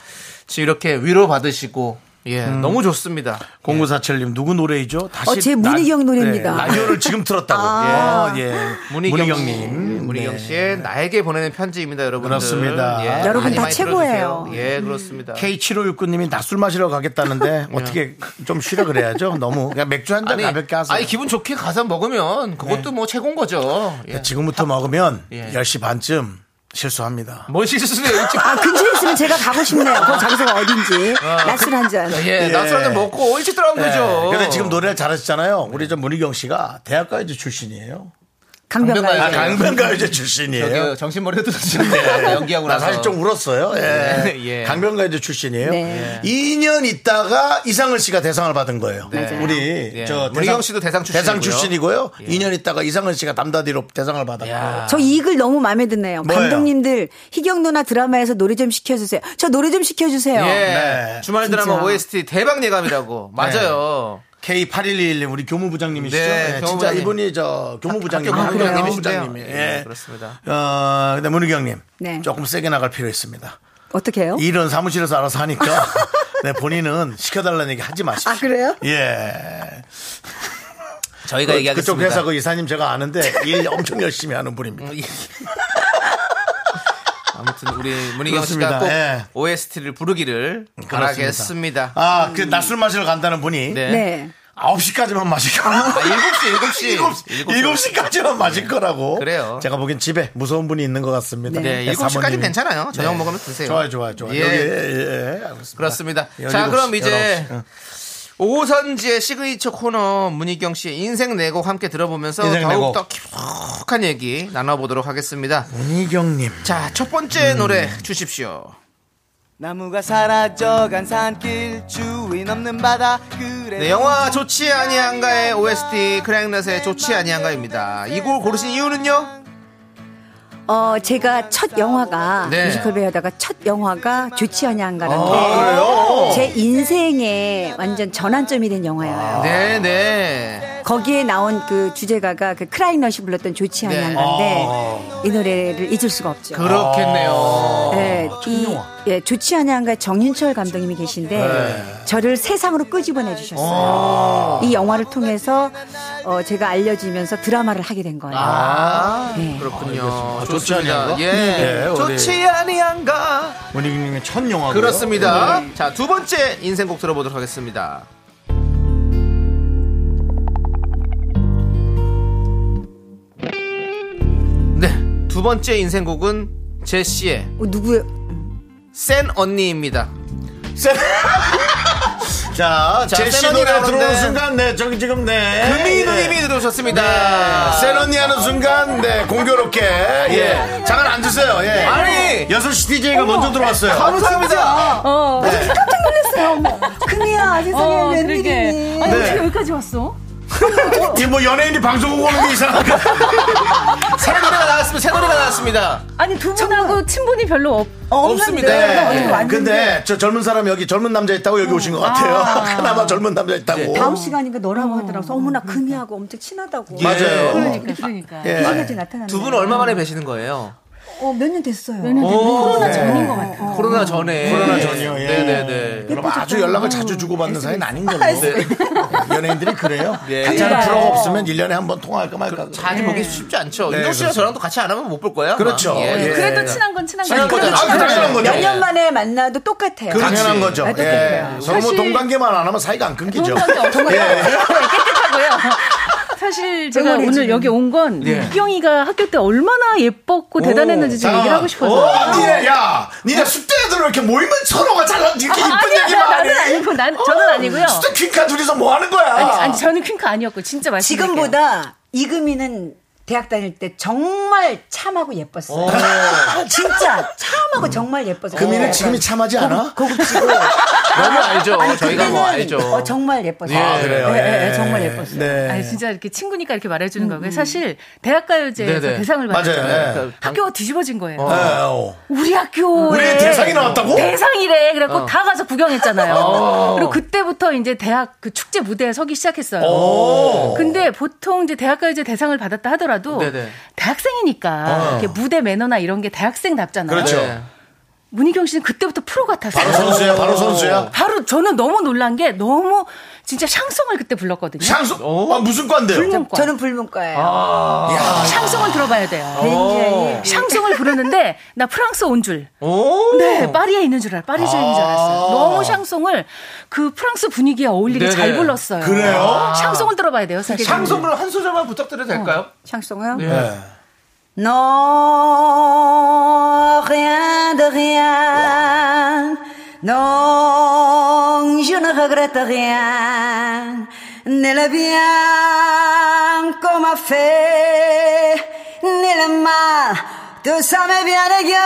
지금 이렇게 위로 받으시고 예
음.
너무 좋습니다.
0947님 누구 노래이죠? 다시
어, 제
라-
문희경 노래입니다.
네, 라디오를 지금 들었다고.
아.
예. 예.
문희경
문희경님. 네.
씨, 문희경 씨의 나에게 보내는 편지입니다, 여러분들. 예,
그렇습니다.
여러분
많이
다
많이
최고예요. 음.
들어주세요. 예, 그렇습니다.
K7569님이 낮술 마시러 가겠다는데 어떻게 좀 쉬라 그래야죠. 너무 그냥 맥주 한 잔
예. 아니,
가볍게 하세요. 네.
아니 기분 좋게 가서 먹으면 그것도 뭐 최고인 거죠. 예.
지금부터 먹으면
예.
10시 반쯤 실수합니다.
뭔 실수를 일찍
아, 근처에 있으면 제가 가고 싶네요. 그 장소가 어딘지. 낮술 한 잔.
예, 낮술 한잔 먹고 일찍 들어간 거죠.
네. 근데 지금 노래를 잘하시잖아요. 우리 저 문희경 씨가 대학가요제 출신이에요.
강변가요.
아, 강변가요제 출신이에요. 네.
저기 정신머리 흐트러지는데 연기하고
나
나서
사실 좀 울었어요. 예.
예.
강변가요제 출신이에요.
네.
2년 있다가 이상을 씨가 대상을 받은 거예요.
맞아요.
우리
예.
저
문희경 씨도 대상 출신이고요. 예.
출신이고요. 2년 있다가 이상은 씨가 담다디로 대상을 받았고.
야.
저 이익을 너무 마음에 드네요.
뭐예요?
감독님들 희경 누나 드라마에서 노래 좀 시켜주세요. 저 노래 좀 시켜주세요.
예.
네.
주말 드라마
진짜.
OST 대박 예감이라고 맞아요.
K8121님 우리 교무부장님이시죠?
네,
예, 진짜
교무부장님. 아,
이분이 저 교무부장님,
학교
학교
교무부장님이신데요.
교무부장님이.
예, 그렇습니다.
어, 근데 문희경님
네.
조금 세게 나갈 필요 있습니다.
어떻게 해요?
일은 사무실에서 알아서 하니까 네, 본인은 시켜달라는 얘기 하지 마십시오.
아, 그래요?
예.
저희가
그-
네, 얘기하겠습니다.
그쪽 회사 그 이사님 제가 아는데 일 엄청 열심히 하는 분입니다.
아무튼 우리 문희경 씨가
그렇습니다.
꼭
예.
OST를 부르기를 바라겠습니다.
아, 그 낮술 마시러 간다는 분이
네.
네.
9시까지만 마시고
아, 7시, 7시. 네.
7시까지만 마실 거라고.
그래요.
제가 보기엔 집에 무서운 분이 있는 것 같습니다.
네,
예,
7시까지는
사모님이. 네.
괜찮아요. 저녁 먹으면 드세요.
좋아요, 좋아요, 좋아요.
예.
여기, 예, 예, 알겠습니다.
그렇습니다.
열일곱
자,
시,
그럼 이제
열아홉 시. 응.
오선지의 시그니처 코너 문희경 씨의 인생 네 내곡 함께 들어보면서
인생 네 내곡.
더욱더 깊숙한 얘기 나눠보도록 하겠습니다.
문희경님.
자, 첫 번째
음.
노래 주십시오.
나무가 사라져간 산길 주인 없는 바다 그래
네, 영화 좋지 아니한가의 OST 크랭넷의 좋지 아니한가입니다. 이 곡을 고르신 이유는요?
어, 제가 첫 영화가
네. 아,
뮤지컬 배우다가 첫 영화가 좋지 않냐한가는데
그래요?
제 인생에 완전 전환점이 된
아.
영화예요.
네, 네.
거기에 나온 그 주제가가 그 크라이넛이 불렀던 좋지
네. 아.
않냐한가인데 이 노래를 잊을 수가 없죠.
아.
그렇겠네요.
네, 이, 예, 좋지 않냐한가 정윤철 감독님이 계신데
네.
저를 세상으로 끄집어내
아.
주셨어요. 이 영화를 통해서 어, 제가 알려지면서 드라마를 하게 된 거예요.
아,
네.
그렇군요.
아, 좋지
좋습니다.
아니한가?
예.
네, 우리-
좋지 아니한가?
문희경님의 첫 영화.
그렇습니다. 자, 두 번째 인생곡 들어보도록 하겠습니다. 네, 두 번째 인생곡은 제시의
어, 누구예요?
센 언니입니다.
자,
자,
제시
세런이
노래
나오는데.
들어오는 순간, 네, 저기 지금, 네.
금이
예. 네.
누님이 들어오셨습니다.
세런니 하는 순간, 네, 공교롭게. 예. 잠깐 앉으세요, 예.
아니!
6시 DJ가 먼저 들어왔어요.
감사합니다.
깜짝 놀랐어요. 어머. 금이야, 세상에 웬일이니.
네.
여기까지 왔어?
이뭐 연예인이 방송국 오는 게 이상한가?
새 노래가 나왔습니다. 새 노래가 나왔습니다.
아니 두 분하고 친분이 별로 없,
없습니다.
없는데
네.
오늘 왔는데.
근데 저 젊은 사람 여기 젊은 남자 있다고 여기 오신 것 같아요.
아.
하나마 젊은 남자 있다고.
다음 시간인가 너라고 하더라고. 그래서 어머나 금이하고 엄청 친하다고.
예. 맞아요.
그러니까 그러니까.
예.
이렇게 나타나는.
두 분은 얼마 만에 뵈시는 거예요?
어몇 년 됐어요.
오,
코로나
네.
전인 것 같아요.
코로나 전에.
코로나 전이요. 예.
네. 네네네. 뭐
그럼 아주 연락을 자주 주고받는 사이는 아닌 걸로.
네.
네. 연예인들이 그래요.
예.
가짜는
네.
예.
프로가 없으면 1년에 한 번 통화할까 말까.
그 자주 보기 쉽지 않죠.
네,
윤정 씨랑
그렇습니다.
저랑도 같이 안 하면 못 볼 거야. 아마.
그렇죠. 예.
그래도 친한 건 친한
친한
거죠.
거죠. 아, 당연한 거죠.
몇 년 만에 만나도 똑같아요.
당연한 거죠.
아, 똑같아요.
예. 서로 뭐
사실-
동관계만 안 하면 사이가 안 끊기죠.
동관계 없는 거예요.
예.
깨끗하고요. 사실 제가
응원해
오늘
주는.
여기 온 건
예.
이경이가 학교 때 얼마나 예뻤고 대단했는지 좀
잠깐만.
얘기를 하고
어,
싶어서.
니네, 야, 니네 숙대들은 이렇게 모이면 서로가 잘난 이렇게
아,
이쁜
아니야,
얘기만 하네.
나는 아니고, 난- 저는 아니고요.
숙대 퀸카 둘이서 뭐 하는 거야?
아니, 아니 저는 퀸카 아니었고 진짜 말씀.
지금보다 이금희는 대학 다닐 때 정말 참하고 예뻤어요.
오.
진짜 참하고 정말 예뻤어요.
금이는 지금이 참하지 않아?
고급지고.
너무 알죠.
아니,
저희가
그때는
뭐 알죠.
어, 정말 예뻤어요.
아, 그래요?
예, 예, 예,
예.
정말 예뻤어요.
네.
아니 진짜 이렇게 친구니까 네. 이렇게
음.
말해주는 거고요. 사실 대학가요제에서
네네.
대상을
맞아요.
받았잖아요.
예.
학교가 뒤집어진 거예요.
예, 어.
우리 학교에
우리 대상이 나왔다고?
대상이래. 그래갖고
어.
다 가서 구경했잖아요.
어.
그리고 그때부터 이제 대학 그 축제 무대에 서기 시작했어요.
오.
근데 보통 이제 대학가요제 대상을 받았다 하더라도
네네.
대학생이니까
어.
이렇게 무대 매너나 이런 게 대학생답잖아요.
그렇죠.
네.
문희경 씨는 그때부터 프로 같았어요.
바로 선수야, 바로 선수야.
바로 저는 너무 놀란 게 너무 진짜 샹송을 그때 불렀거든요.
샹송? 아, 무슨 관데요?
불문과.
저는 불문과예요.
야.
샹송을 들어봐야 돼요.
네.
굉장히.
네.
샹송을 부르는데 나 프랑스 온 줄.
오.
네, 파리에 있는 줄 알아. 파리제인 줄 알았어요.
아.
너무 샹송을 그 프랑스 분위기에 어울리게
네네.
잘 불렀어요.
그래요? 아.
샹송을 들어봐야 돼요. 사실.
샹송으로 한 소절만 부탁드려도 될까요?
샹송이요?
네.
Non, rien de rien. Non, je ne regrette rien. Ni le bien qu'on m'a fait, ni le mal. Tout ça m'est bien égal.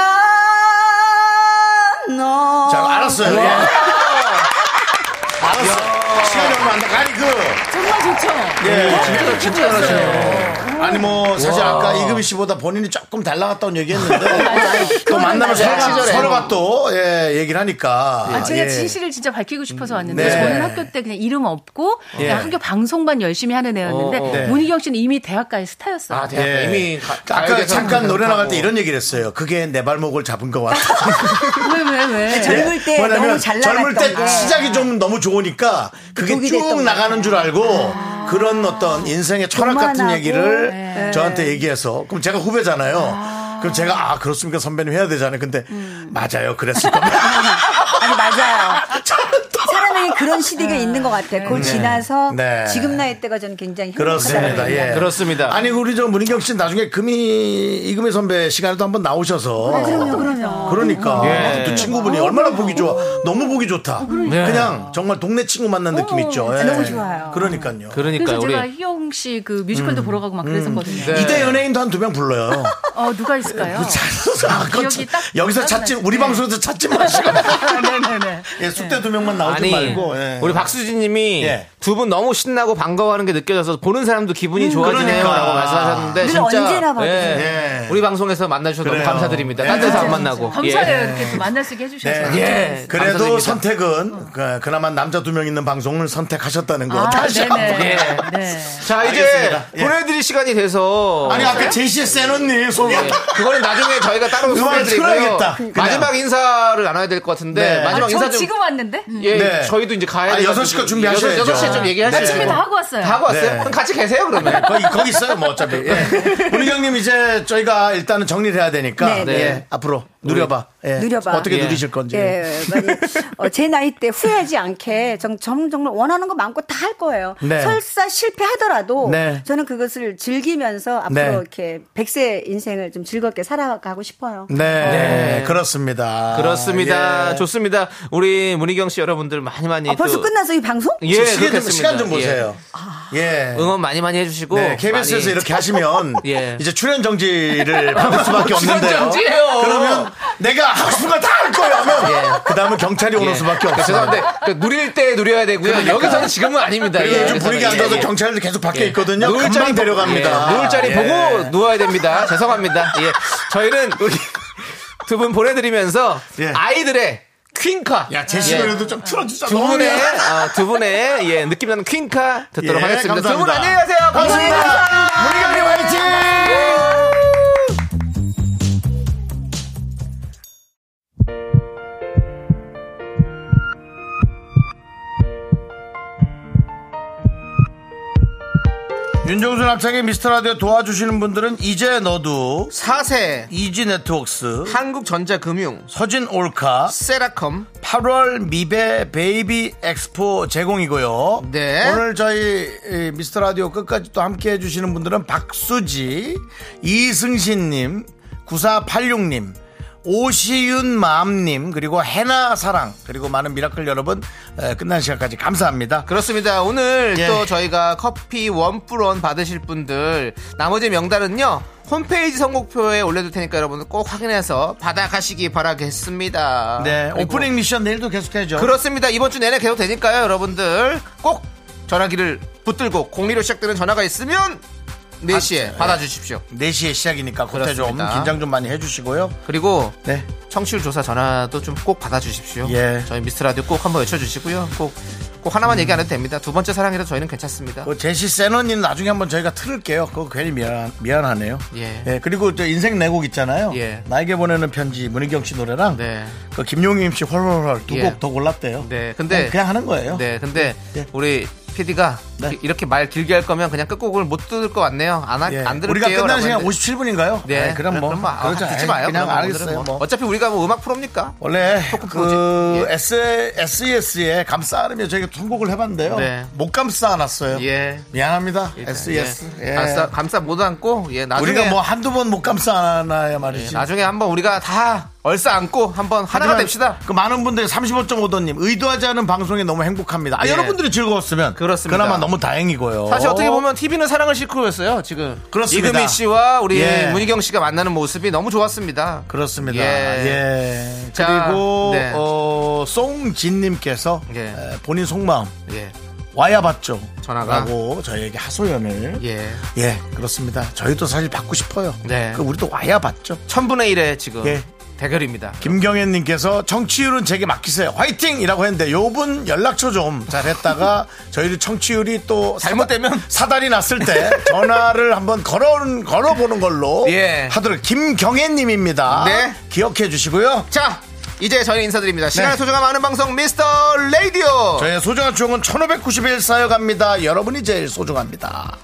Non.
자, 알았어요. 예. 알았어. 시간이 얼마 안 나. 아니, 그.
정말 좋죠? 네.
예.
진짜, 진짜 잘하시네요.
아니, 뭐, 사실
우와.
아까 이금희 씨보다 본인이 조금 달라갔다고
맞아요.
얘기했는데. 또
그건
만나면
맞아요.
서로가,
시절에.
서로가 또, 예, 얘기를 하니까.
아, 제가
예.
진실을 진짜 밝히고 싶어서 왔는데
네.
저는 학교 때 그냥 이름 없고 그냥
예.
학교 방송만 열심히 하는 애였는데
어, 어. 네.
문희경 씨는 이미
네,
대학가의 스타였어요.
아, 대학
예.
이미 가-
아까
가요계에서
잠깐 노래 나갈
하고.
때 이런 얘기를 했어요. 그게 내 발목을 잡은 것 같아. 예.
왜, 왜, 왜?
젊을 때
뭐냐면
너무 잘
젊을 때
나갔던 게.
시작이 좀 너무 좋으니까 그게
독이
쭉
됐던 아.
나가는 줄 알고 그런 어떤 인생의 철학 같은
교만하고.
얘기를
네.
저한테 얘기해서 그럼 제가 후배잖아요. 그럼 제가 아 그렇습니까 선배님 해야 되잖아요. 근데
음.
맞아요 그랬을 겁니다.
아니 맞아요. 사람에게 그런 시대가 있는 것 같아요. 그걸
네.
지나서
네.
지금 나이 때가 저는 굉장히
그렇습니다.
행복하다고
예.
네. 그렇습니다.
아니 우리 저 문인경 씨 나중에 금이 이금희 선배 시간에도 한번
아,
나오셔서 그러니까
예.
또 친구분이 얼마나 보기 좋아. 너무 보기
아,
좋다.
네.
그냥 정말 동네 친구 만난
어,
느낌 있죠. 예.
너무 좋아요.
그러니까요.
그러니까
그래서
우리
제가 희경 씨 그 뮤지컬도 보러 가고 막 그랬었거든요.
네.
이대 연예인도 한 두 명 불러요.
어, 누가 있을까요?
아, 그거
기억이 딱
여기서
나지
찾지
않아요?
우리
네.
방송에서 찾지 마시고
네네네.
예, 숙대 두 명만 나오지
아니
말고 예.
우리 박수진님이
예.
두 분 너무 신나고 반가워하는 게 느껴져서 보는 사람도 기분이 좋아지네요라고
그러니까.
말씀하셨는데
늘
진짜
언제나 봐도.
예.
예.
우리 방송에서 만나주셔서
그래요.
너무 감사드립니다.
예.
딴 데서 안 만나고
감사해요.
예.
이렇게 또 만날 수 있게 해주셔서.
네.
예.
그래도
감사드립니다.
선택은 그- 그나마 남자 두 명 있는 방송을 선택하셨다는 거 다시 한 번.
아, 네네.
예.
네.
자 이제
알겠습니다. 예.
보내드릴 시간이 돼서
아니 아까 제시의 세노님 소개
어, 네? 예. 그거는 나중에 저희가 따로
음악을
소개해드리고요.
틀어야겠다. 그냥.
마지막 인사를 나눠야 될 것 같은데
네.
아,
마지막
저
인사 좀
지금 왔는데?
예,
네.
저희도 이제 가야
아,
돼요.
여섯 시까지 준비하셔야죠.
여섯 시에 좀 얘기할
네.
수 있어요.
준비 다 하고 왔어요.
다 하고 왔어요?
네.
그럼 같이 계세요 그러면.
거기, 거기 있어요, 뭐, 어차피. 예. 우리 형님, 이제 저희가 일단은 정리를 해야 되니까.
네, 네.
예. 앞으로 누려봐. 예.
누려봐.
어떻게
예.
누리실 건지.
예, 많이, 어, 제 나이 때 후회하지 않게 정, 정, 정말 원하는 거 많고 다 할 거예요.
네.
설사 실패하더라도
네.
저는 그것을 즐기면서 앞으로
네.
이렇게 백세 인생을 좀 즐겁게 살아가고 싶어요.
네. 네.
네.
그렇습니다.
그렇습니다.
예.
좋습니다. 우리 문희경 씨 여러분들 많이 많이
아, 벌써
또-
끝났어, 이 방송?
예,
지금 시간, 좀,
그렇겠습니다.
시간 좀
예.
보세요.
아.
예.
응원 많이 많이 해주시고
네, KBS에서
많이-
이렇게 하시면
예.
이제 출연 정지를 받을 수밖에
출연
없는데요.
정지예요.
그러면 내가 하고 싶은 거 다 할 거야 하면 그 다음에 경찰이 오는 수밖에 없어요.
죄송한데 예. 그 누릴 때 누려야 되고요.
그러니까.
여기서는 지금은 아닙니다.
예,
예,
그리고 요즘 분위기 안 좋아서 경찰도 계속 밖에 있거든요. 금방
보-
데려갑니다.
예, 누울 자리
예.
보고 누워야 됩니다. 죄송합니다. 예. 저희는 우리 두 분 보내드리면서 아이들의 퀸카.
예. 야, 제시로라도 좀 틀어주자.
두
너무
분의
미안해.
아, 두 분의 예, 느낌 나는 퀸카 듣도록
예,
하겠습니다. 두 분
감사합니다.
안녕히 가세요.
감사합니다. 우리가 그리 화이팅! 윤종순 합창의 미스터라디오 도와주시는 분들은 이제 너도
사세
이지네트웍스
한국전자금융
서진올카
세라컴
8월 미베 베이비 엑스포 제공이고요.
네.
오늘 저희 이, 미스터 라디오 끝까지 또 함께 해주시는 분들은 박수지, 이승신님, 9486님, 오시윤맘님, 그리고 해나사랑, 그리고 많은 미라클 여러분, 에, 끝난 시간까지 감사합니다.
그렇습니다. 오늘
예.
또 저희가 커피 원뿔원 받으실 분들 나머지 명단은요 홈페이지 선곡표에 올려둘 테니까 여러분 꼭 확인해서 받아가시기 바라겠습니다.
네,
그리고
오프닝 미션 내일도 계속해야죠.
그렇습니다. 이번 주 내내 계속 되니까요, 여러분들 꼭 전화기를 붙들고 공리로 시작되는 전화가 있으면 4시에 받아주십시오.
4시에 시작이니까 그때 좀
그렇습니다.
긴장 좀 많이 해주시고요.
그리고
네.
청취율 조사 전화도 좀 꼭 받아주십시오.
예. 음.
저희 미스 라디오 꼭 한번 외쳐주시고요. 꼭, 꼭 하나만 얘기 안 해도 됩니다. 두 번째 사랑이라 저희는 괜찮습니다.
그 제시 세너님 나중에 한번 저희가 틀을게요. 그거 괜히 미안, 미안하네요.
예.
그리고 저 인생 네 내곡 있잖아요.
예.
나에게 보내는 편지 문희경 씨 노래랑
네.
그 김용임 씨 훨훨훨 두
예.
곡 더 골랐대요. 어,
네, 근데
그냥, 그냥 하는 거예요.
네, 근데
예.
우리 PD가
네.
이렇게 말 길게 할 거면 그냥 끝곡을 못 들을 것 같네요. 안, 할-
예.
안 들을게요.
우리가 끝나는 시간
라고 했는데.
57분인가요?
네,
그럼 뭐
그럼 아,
그러지
듣지
않-
마요.
그냥
그럼 오늘은
알겠어요.
뭐.
뭐.
어차피 우리가 뭐 음악 프로입니까?
원래
뭐지? 예.
그 S SES에 감싸르며 저희가 통곡을 해봤는데요.
네.
못 감싸 안았어요.
예.
미안합니다.
일단,
SES.
예.
예.
감싸, 감싸 못 안고 예, 나중에 예,
우리가 뭐 한두 번 못 감싸 안아야 말이지.
나중에 한번 우리가 다 얼싸 안고 한번 하나가
하지만
됩시다.
그 많은 분들 35.5도님 의도하지 않은 방송에 너무 행복합니다. 아,
예.
여러분들이 즐거웠으면
그렇습니다.
그나마 너무 다행이고요.
사실 어떻게 보면 TV는 사랑을 싣고였어요 지금
그렇습니다.
이금희 씨와 우리
예.
문희경 씨가 만나는 모습이 너무 좋았습니다.
그렇습니다.
예.
예.
자,
그리고
네.
어, 송진님께서
예.
에, 본인 속마음
예.
와야 봤죠.
전화가?
라고 저희에게 하소연을
예.
예 그렇습니다. 저희도 사실 받고 싶어요.
네.
그 우리도 와야 봤죠.
천분의 일의 지금
예.
대결입니다.
김경현님께서 청취율은 제게 맡기세요. 화이팅이라고 했는데 요분 연락처 좀 잘했다가 저희도 청취율이 또
잘못되면?
사다, 리 났을 때 전화를 한번 걸어 걸어보는 걸로
예.
하도록 김경현님입니다.
네.
기억해 주시고요.
자, 이제 저희는 인사드립니다. 시간의
네.
소중함 아는 방송 미스터 레이디오.
저의 소중한 추억은 1591 쌓여갑니다. 여러분이 제일 소중합니다.